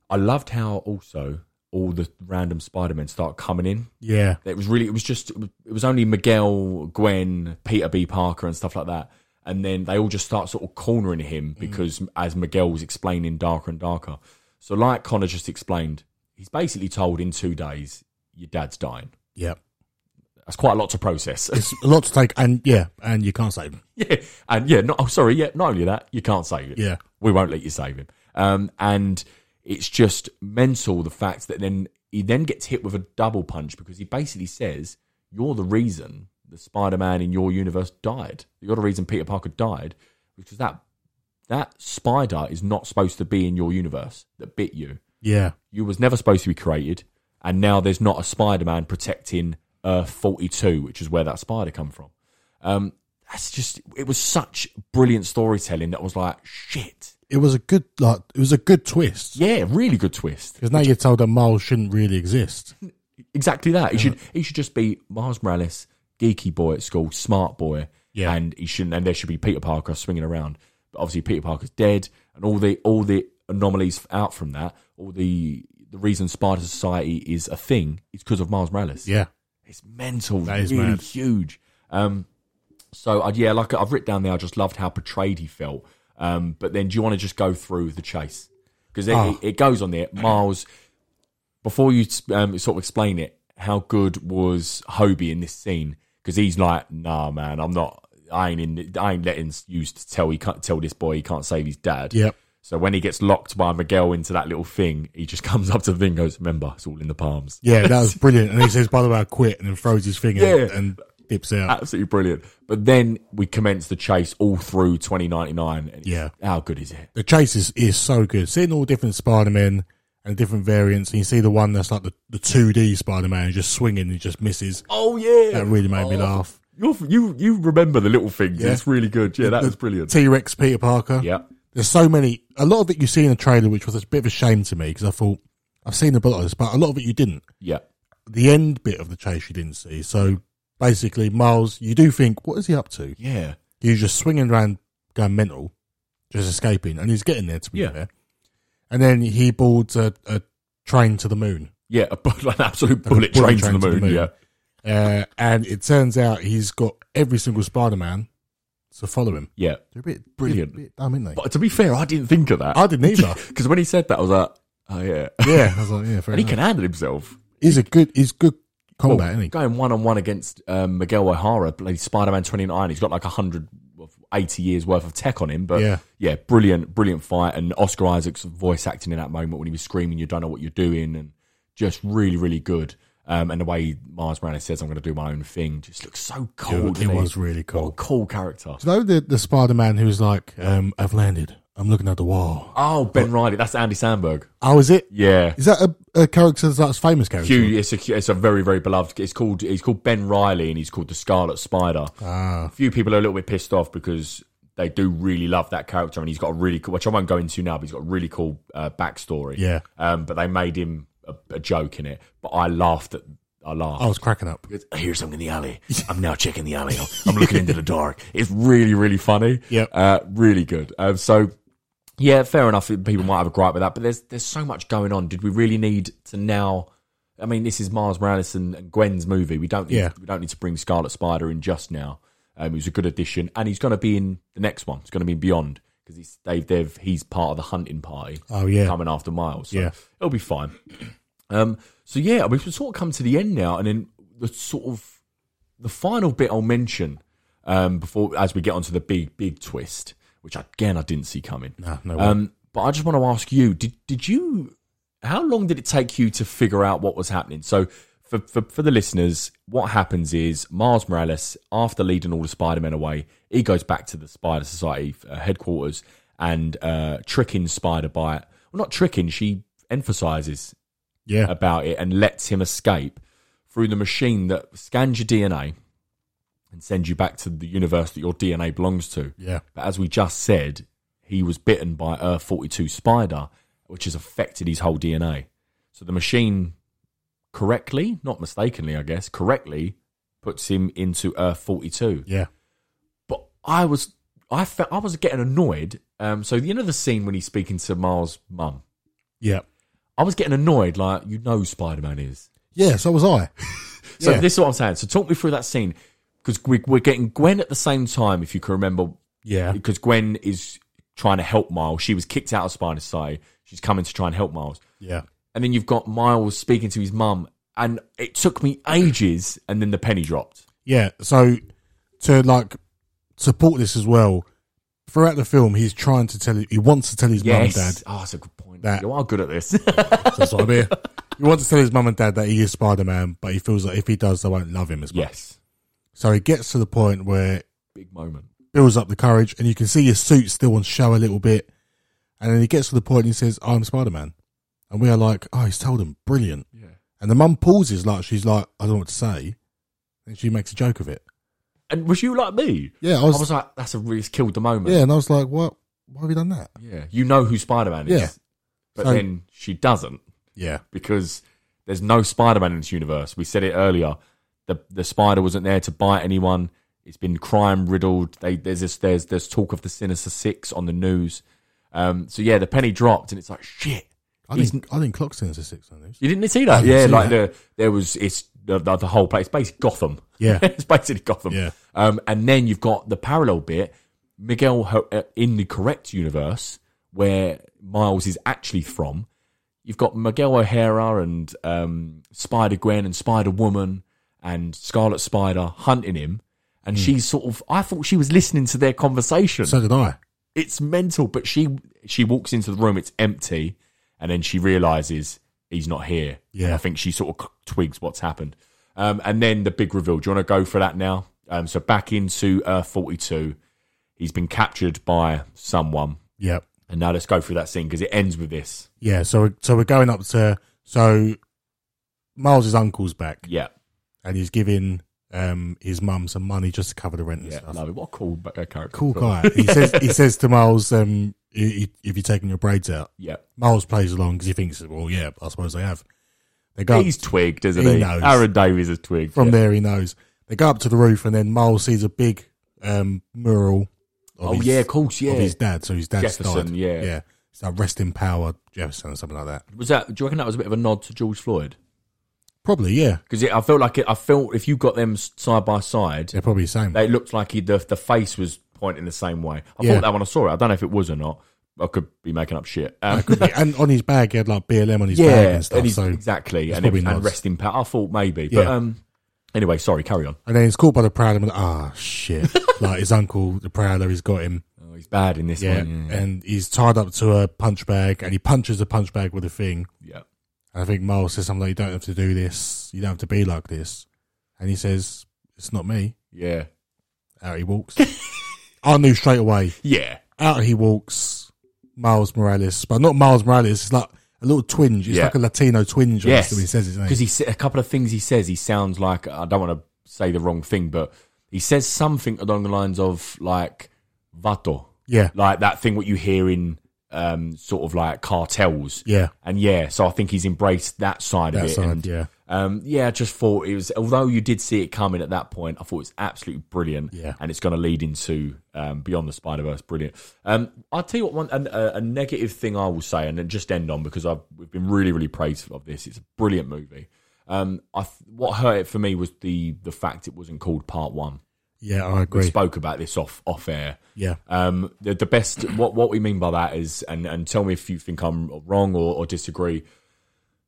I loved how also all the random Spider Men start coming in Yeah. it was really, it was just, it was only Miguel, Gwen, Peter B. Parker, and stuff like that. And then they all just start sort of cornering him because, as Miguel was explaining, darker and darker. So, like Connor just explained, he's basically told in two days, your dad's dying. Yeah. That's quite a lot to process. It's a lot to take, and yeah, and you can't save. him. yeah, and yeah, no, oh, sorry, yeah. Not only that, you can't save it. Yeah. we won't let you save him. Um, and it's just mental the fact that then he then gets hit with a double punch because he basically says, "You're the reason the Spider-Man in your universe died. You're the reason Peter Parker died because that that spider is not supposed to be in your universe that bit you. Yeah. You was never supposed to be created, and now there's not a Spider-Man protecting Earth 42, which is where that spider come from." Um, that's just it was such brilliant storytelling that I was like shit It was a good like. It was a good twist yeah, really good twist. because now you're told that Miles shouldn't really exist. Exactly that. He should he should just be Mars Morales, geeky boy at school, smart boy. Yeah. And he shouldn't and there should be Peter Parker swinging around. But obviously Peter Parker's dead and all the all the anomalies out from that, all the the reason Spider Society is a thing is because of Miles Morales. Yeah. It's mental, That is really mad. huge. Um, so I'd, yeah, like I've written down there, I just loved how portrayed he felt. Um, but then, do you want to just go through the chase because it, Oh. it, it goes on there? Miles, before you um, sort of explain it, how good was Hobie in this scene? Because he's like, nah, man, I'm not. I ain't in. I ain't letting you tell he can't tell this boy he can't save his dad. Yep. So when he gets locked by Miguel into that little thing, he just comes up to the thing, and goes, "Remember, it's all in the palms." Yeah, that was brilliant. And he says, "By the way, I quit," and then throws his finger Yeah. Uh, and dips out. absolutely brilliant. But then we commence the chase all through 2099. And it's- Yeah. how good is it? The chase is, is so good. Seeing all different Spider Men and different variants, and you see the one that's like the the two D Spider Man just swinging and just misses. Oh yeah, That really made Oh, me laugh. You're, you you remember the little things? Yeah. It's really good. Yeah, that was brilliant. T Rex Peter Parker. yeah, there's so many. A lot of it you see in the trailer, which was a bit of a shame to me because I thought I've seen a lot of this, but a lot of it you didn't. yeah, The end bit of the chase you didn't see. So basically, Miles, you do think, what is he up to? yeah, He's just swinging around, going mental, just escaping, and he's getting there to be Yeah. fair. And then he boards a, a train to the moon, yeah. A, bu- an absolute bullet, train, to, the moon. Yeah, Uh, and it turns out he's got every single Spider-Man to follow him. yeah. They're a bit Brilliant. a bit dumb, aren't they? But to be fair, I didn't think of that. I didn't either. because when he said that, I was like, oh yeah, yeah, I was like, yeah, fair and he enough. can handle himself. he's a good he's good combat, Well, isn't he? Oh, Going one on one against um, Miguel O'Hara, bloody Spider Man 29. He's got like 180 years worth of tech on him. But Yeah. yeah. brilliant, brilliant fight. And Oscar Isaac's voice acting in that moment when he was screaming, You don't know what you're doing. And just really, really good. Um, and the way Mars Morales says, I'm going to do my own thing, just looks so cool. it was really cool. What a cool character. You know the, the Spider Man who's like, um, I've landed. I'm looking at the wall. Oh, Ben Riley. That's Andy Sandberg. Oh, is it? Yeah. Is that a, a character that's a famous character? Hugh, it's a it's a very very beloved. It's called he's called Ben Riley and he's called the Scarlet Spider. A few people are a little bit pissed off because they do really love that character and he's got a really cool, which I won't go into now, but he's got a really cool uh, backstory. Yeah. um, but they made him a, a joke in it, but I laughed at I laughed. I was cracking up. It's, I hear something in the alley. I'm now checking the alley. I'm looking into the dark. It's really, really funny. Yep. Uh, really good. Um, so, yeah, fair enough. People might have a gripe with that, but there's there's so much going on. Did we really need to now? I mean, this is Mars Morales and, and Gwen's movie. We don't need Yeah. we don't need to bring Scarlet Spider in just now. Um, he was a good addition, and he's going to be in the next one. He's going to be in Beyond because he's Dave Dev. He's part of the hunting party. Oh, yeah. coming after Miles. So Yeah. it'll be fine. Um, so yeah, we've sort of come to the end now, and then the sort of the final bit I'll mention um, before as we get onto the big big twist, which again I didn't see coming. Nah, no way. um, but I just want to ask you did did you how long did it take you to figure out what was happening? So for for, for the listeners, what happens is Miles Morales, after leading all the Spider Men away, he goes back to the Spider Society uh, headquarters and uh, tricking Spider by well not tricking she emphasizes Yeah. about it and lets him escape through the machine that scans your DNA and sends you back to the universe that your DNA belongs to. Yeah. But as we just said, he was bitten by Earth 42 spider, which has affected his whole DNA. So the machine correctly, not mistakenly, I guess, correctly puts him into Earth 42 yeah. but I was I felt I was getting annoyed. Um, so you know the scene when he's speaking to Miles' mum. Yeah. I was getting annoyed, like you know, Spider Man is. Yeah, so was I. So Yeah. this is what I'm saying. So talk me through that scene because we, we're getting Gwen at the same time, if you can remember, Yeah. because Gwen is trying to help Miles. She was kicked out of Spider Society. She's coming to try and help Miles. Yeah. And then you've got Miles speaking to his mum, and it took me ages. And then the penny dropped. Yeah. So to like support this as well, throughout the film he's trying to tell he wants to tell his Yes. mum and dad. Oh, that's a good point. That- You are good at this. That's what I'm here. He wants to tell his mum and dad that he is Spider Man, but he feels like if he does they won't love him as much. yes. So he gets to the point where Big moment. builds up the courage and you can see his suit still on show a little bit and then he gets to the point and he says, I'm Spider Man and we are like, Oh, he's told him, brilliant. Yeah. And the mum pauses like she's like, I don't know what to say. And she makes a joke of it. And was you like me? Yeah, I I was, was like, that's a really it's killed the moment. Yeah, and I was like, What why have you done that? Yeah. You know who Spider Man is. Yeah. But So- then she doesn't Yeah. because there's no Spider Man in this universe. We said it earlier. The the spider wasn't there to bite anyone. It's been crime riddled. They, there's this, there's there's talk of the Sinister Six on the news. Um, so yeah, the penny dropped, and it's like shit. I He's- didn't I didn't clock since the six on this. You didn't see that? didn't Oh, Yeah, see like that. the there was it's the, the, the whole place, basically Gotham. Yeah. it's basically Gotham. Yeah. Um, and then you've got the parallel bit, Miguel Ho- uh, in the correct universe where Miles is actually from. You've got Miguel O'Hara and um, Spider Gwen and Spider Woman and Scarlet Spider hunting him, and she's sort of. I thought she was listening to their conversation Hmm. So did I. it's mental but she she walks into the room it's empty and then she realizes he's not here Yeah. i think she sort of twigs what's happened um, and then the big reveal do you want to go for that now um, so back into earth 42 he's been captured by someone Yep. and now let's go through that scene because it ends with this Yeah, so we're, so we're going up to so Miles' uncle's back yeah and he's giving um his mum some money just to cover the rent and yeah stuff. love it what a cool ba- uh, character Cool guy. He says he says to Miles, um, i- i- "If you're taking your braids out." yeah Miles plays along because he thinks, "Well, yeah, I suppose they have." They go up- he's twigged isn't He he, knows. aaron davies is twigged from yeah. there. He knows they go up to the roof, and then Miles sees a big um, mural. Of oh his, yeah of course yeah of his dad. So his dad Jefferson, died. yeah. yeah. It's like rest in power, Jefferson, or something like that. was that do you reckon that was a bit of a nod to george floyd Probably, yeah. because I felt like it, I felt if you got them s- side by side, They're probably the same. they looked like he, the the face was pointing the same way. I Yeah. thought that when I saw it, I don't know if it was or not, I could be making up shit. Um, and on his bag, he had like BLM on his yeah, bag and stuff. and he's- so exactly, it's and, it, probably and nods. resting pat. I thought maybe, but Yeah. um, anyway, sorry, carry on. And then he's caught by the Prowler. and like, Ah, shit! like his uncle, the Prowler, has got him. Oh, he's bad in this Yeah, one. Yeah, and he's tied up to a punch bag, and he punches the punch bag with a thing. yeah. And I think Miles says something like, "You don't have to do this. You don't have to be like this." And he says, "It's not me." yeah. Out he walks. I knew straight away. Yeah. Out he walks. Miles Morales, but not Miles Morales. It's like a little twinge. It's Yeah. like a Latino twinge. I guess, Yes, when he says his name. because he sa- a couple of things he says. He sounds like I don't want to say the wrong thing, but he says something along the lines of like "vato," yeah, like that thing what you hear in um, sort of like cartels. yeah, And yeah, so I think he's embraced that side of that it. side. and, yeah, um, yeah, I just thought it was. Although you did see it coming at that point, I thought it's absolutely brilliant. Yeah. and it's going to lead into um, Beyond the Spider Verse. Brilliant. Um, I'll tell you what. One an, a, a negative thing I will say, and then just end on because I've we've been really really praised of this. It's a brilliant movie. Um, I th- what hurt it for me was the the fact it wasn't called Part One. yeah. I We agree. spoke about this off off air. Yeah, Um, the, the best what what we mean by that is, and and tell me if you think I'm wrong or, or disagree.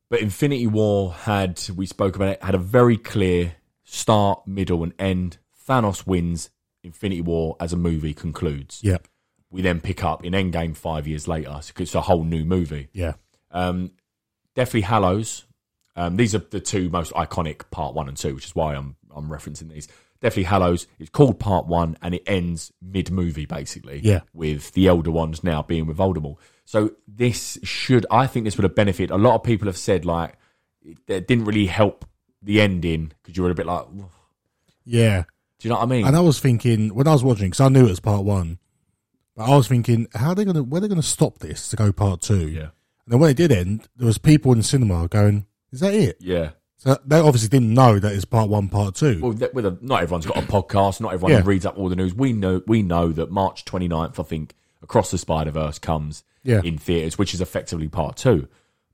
But Infinity War had we spoke about it had a very clear start, middle, and end. Thanos wins. Infinity War as a movie concludes. yeah, We then pick up in Endgame five years later. So it's a whole new movie. yeah, Um, Deathly Hallows. Um, these are the two most iconic part one and two, which is why I'm I'm referencing these. Deathly Hallows. It's called part one, and it ends mid movie basically. Yeah. With the elder ones now being with Voldemort. So this should I think this would have benefited. A lot of people have said like it, that didn't really help the ending because you were a bit like, "Ugh." yeah. do you know what I mean? And I was thinking when I was watching because I knew it was part one, but I was thinking how are they gonna where are they gonna stop this to go part two? Yeah. And then when it did end, there was people in the cinema going, "Is that it?" Yeah. So they obviously didn't know that it's part one, part two. Well, that, with a, not everyone's got a podcast. Not everyone Yeah. reads up all the news. We know we know that March 29th, I think, across the Spider Verse comes Yeah. in theaters, which is effectively part two.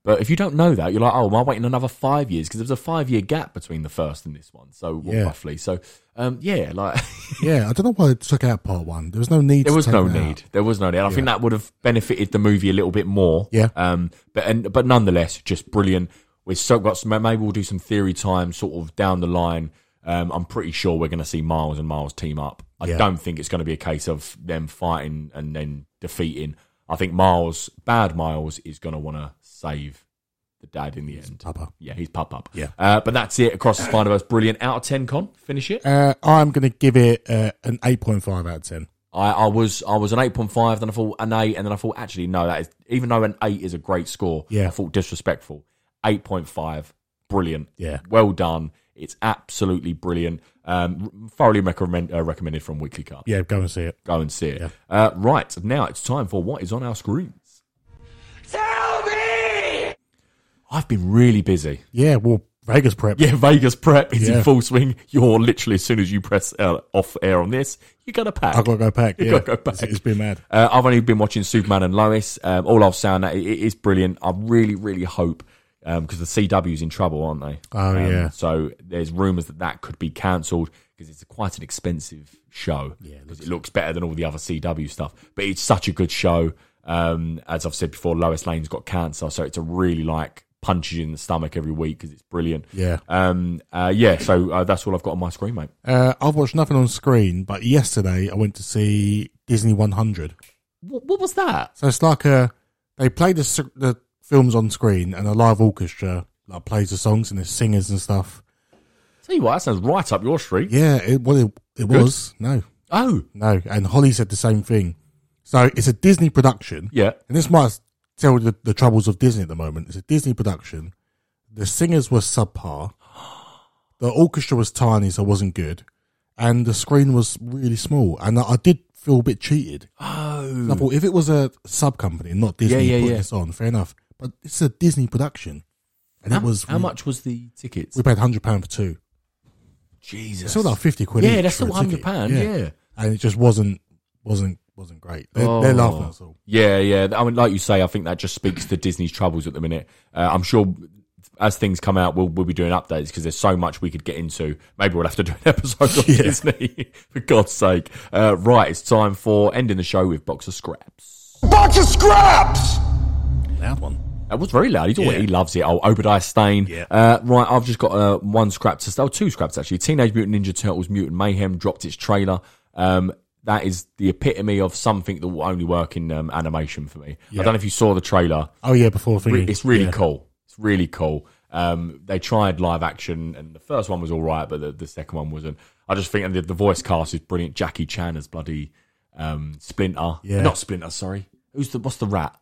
But if you don't know that, you're like, oh, am I waiting another five years? Because there was a five year gap between the first and this one, so well, Yeah. roughly. So, um, yeah, like yeah, I don't know why they took out part one. There was no need. there to was take no that out. need. There was no need. And I think that would have benefited the movie a little bit more. Yeah. Um. But and but nonetheless, just brilliant. We've still got some. Maybe we'll do some theory time sort of down the line. Um. I'm pretty sure we're going to see Miles and Miles team up. I Yeah. don't think it's going to be a case of them fighting and then defeating. I think Miles, bad Miles, is going to want to save the dad in the end. Papa. Yeah, he's pop up. Yeah. Uh, but that's it. Across the Spider Verse, brilliant. Out of ten, con finish it. Uh, I'm gonna give it uh, an eight point five out of ten. I, I was I was an eight point five, then I thought an eight, and then I thought actually no, that is even though an eight is a great score, Yeah. I thought disrespectful. Eight point five, brilliant, Yeah. well done. It's absolutely brilliant. Um, thoroughly recommend, uh, recommended from Weekly Cut. Yeah, go and see it. Go and see it. Uh, right now, it's time for what is on our screens. Tell me! I've been really busy. Yeah, well, Vegas prep. Yeah, Vegas prep is Yeah. in full swing. You're literally as soon as you press uh, off air on this, you're gonna pack. I gotta go pack. You Yeah, gotta go back. It's- it's been mad. Uh, I've only been watching Superman and Lois. Um, all I'll say on that, it, it is brilliant. I really, really hope because the CW's in trouble, aren't they? Um, Oh, yeah. So there's rumours that that could be cancelled because it's quite an expensive show. Yeah, because it looks better than all the other CW stuff, but it's such a good show. Um, as I've said before, Lois Lane's got cancer, so it's a really like punch you in the stomach every week because it's brilliant. Yeah. Um. Uh, yeah. So uh, that's all I've got on my screen, mate. Uh, I've watched nothing on screen, but yesterday I went to see Disney 100. What, what was that? So it's like a they play the s- the films on screen and a live orchestra like plays the songs and there's singers and stuff. Tell you what, that sounds right up your street. Yeah, it well it, it Good. was no Oh. no, and Holly said the same thing. So it's a Disney production, Yeah. and this might tell the, the troubles of Disney at the moment. It's a Disney production. The singers were subpar. The orchestra was tiny, so it wasn't good, and the screen was really small. And I, I did feel a bit cheated. Oh. I thought if it was a sub company, not Disney, Yeah, yeah, putting yeah. this on, fair enough. But it's a Disney production, and How, it was how much was the tickets? We paid hundred pound for two. Jesus, It's still like fifty quid. yeah, each that's for still a hundred ticket. pound. Yeah. and it just wasn't wasn't wasn't great. They're, they're Oh. laughing at us all. yeah, yeah. I mean, like you say, I think that just speaks to Disney's troubles at the minute. Uh, I'm sure as things come out, we'll we'll be doing updates because there's so much we could get into. Maybe we'll have to do an episode on Disney for God's sake. Uh, right, it's time for ending the show with box of scraps. Bunch of scraps! Loud one. That was very loud. He's always, Yeah. He loves it. Oh, Obadiah Stane. Yeah. Uh, right, I've just got uh, one scrap to sell. Two scraps, actually. Teenage Mutant Ninja Turtles Mutant Mayhem dropped its trailer. Um, that is the epitome of something that will only work in um, animation for me. I don't know if you saw the trailer. Oh yeah, before the Re- thingy. It's really Yeah. cool. It's really cool. Um, they tried live action, and the first one was all right, but the, the second one wasn't. I just think the, the voice cast is brilliant. Jackie Chan as bloody um, Splinter. Yeah. Not Splinter, sorry. Who's the, what's the rat?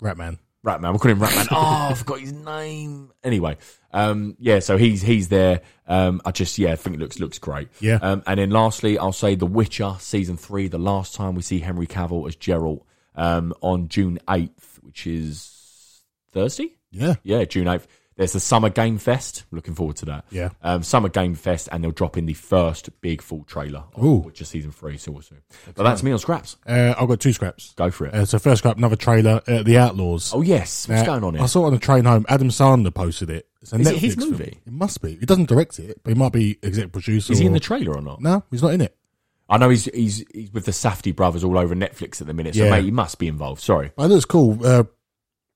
Ratman. Ratman. We're calling him Ratman. oh, I forgot his name. Anyway, um, yeah, so he's he's there. Um, I just yeah, I think it looks looks great. Yeah. Um, and then lastly, I'll say The Witcher season three. The last time we see Henry Cavill as Geralt um, on June eighth, which is Thursday. Yeah. Yeah, June eighth. There's the Summer Game Fest. Looking forward to that. Yeah. Um, Summer Game Fest, and they'll drop in the first big full trailer of Ooh. Witcher season three. So we'll see. But that's me on scraps. Uh, I've got two scraps. Go for it. Uh, so first scrap, another trailer, uh, The Outlaws. oh yes, what's Now, going on here? I saw it on the train home. Adam Sandler posted it. It's a Is Netflix it his film. movie? It must be. He doesn't direct it, but he might be executive producer. Is he in or- the trailer or not? No, he's not in it. I know he's he's he's with the Safety brothers all over Netflix at the minute, so Yeah. mate, he must be involved. Sorry, But it looks cool. Uh,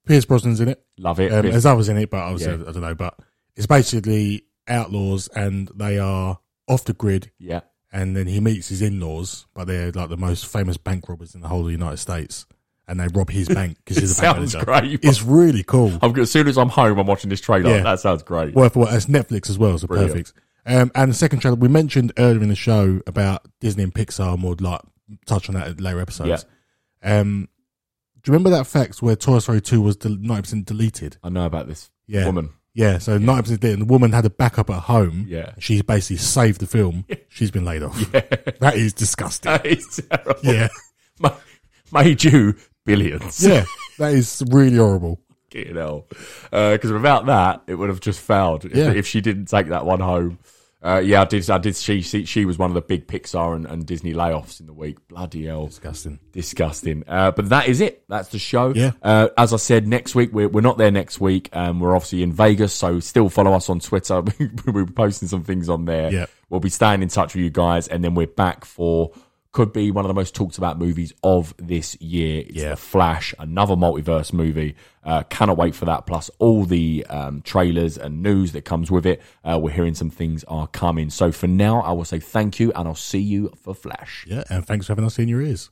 Pierce Brosnan's in it. love it. Um, Bit- there's others in it, but I, was, uh, Yeah. I don't know. But it's basically outlaws, and they are off the grid. yeah, And then he meets his in-laws, but they're like the most famous bank robbers in the whole of the United States, and they rob his bank because he's a bank Sounds manager. great. It's really cool. I'm, as soon as I'm home, I'm watching this trailer. Yeah. That sounds great. Well, for it's Netflix as well, so Brilliant. perfect. Um, and the second channel we mentioned earlier in the show about Disney and Pixar, and we'll like touch on that in later episodes. Um, do you remember that fact where Toy Story Two was ninety percent deleted? I know about this Yeah, woman. Yeah, so ninety percent deleted. And the woman had a backup at home. Yeah. she basically saved the film. She's been laid off. That is disgusting. That is terrible. yeah, Ma- made you billions. yeah, that is really horrible. you know, because Uh, without that, it would have just failed. If, Yeah. if she didn't take that one home, uh, yeah, I did. I did. She, she she was one of the big Pixar and, and Disney layoffs in the week. Bloody hell, Disgusting. disgusting. Uh, but that is it. That's the show. Yeah. Uh, as I said, next week we're, we're not there next week. Um, we're obviously in Vegas, so still follow us on Twitter. we'll be posting some things on there. Yeah. We'll be staying in touch with you guys, and then we're back for could be one of the most talked about movies of this year. It's Yeah. The Flash, another multiverse movie. Uh, cannot wait for that. Plus all the um, trailers and news that comes with it. Uh, we're hearing some things are coming. So for now, I will say thank you, and I'll see you for Flash. Yeah, and thanks for having us in your ears.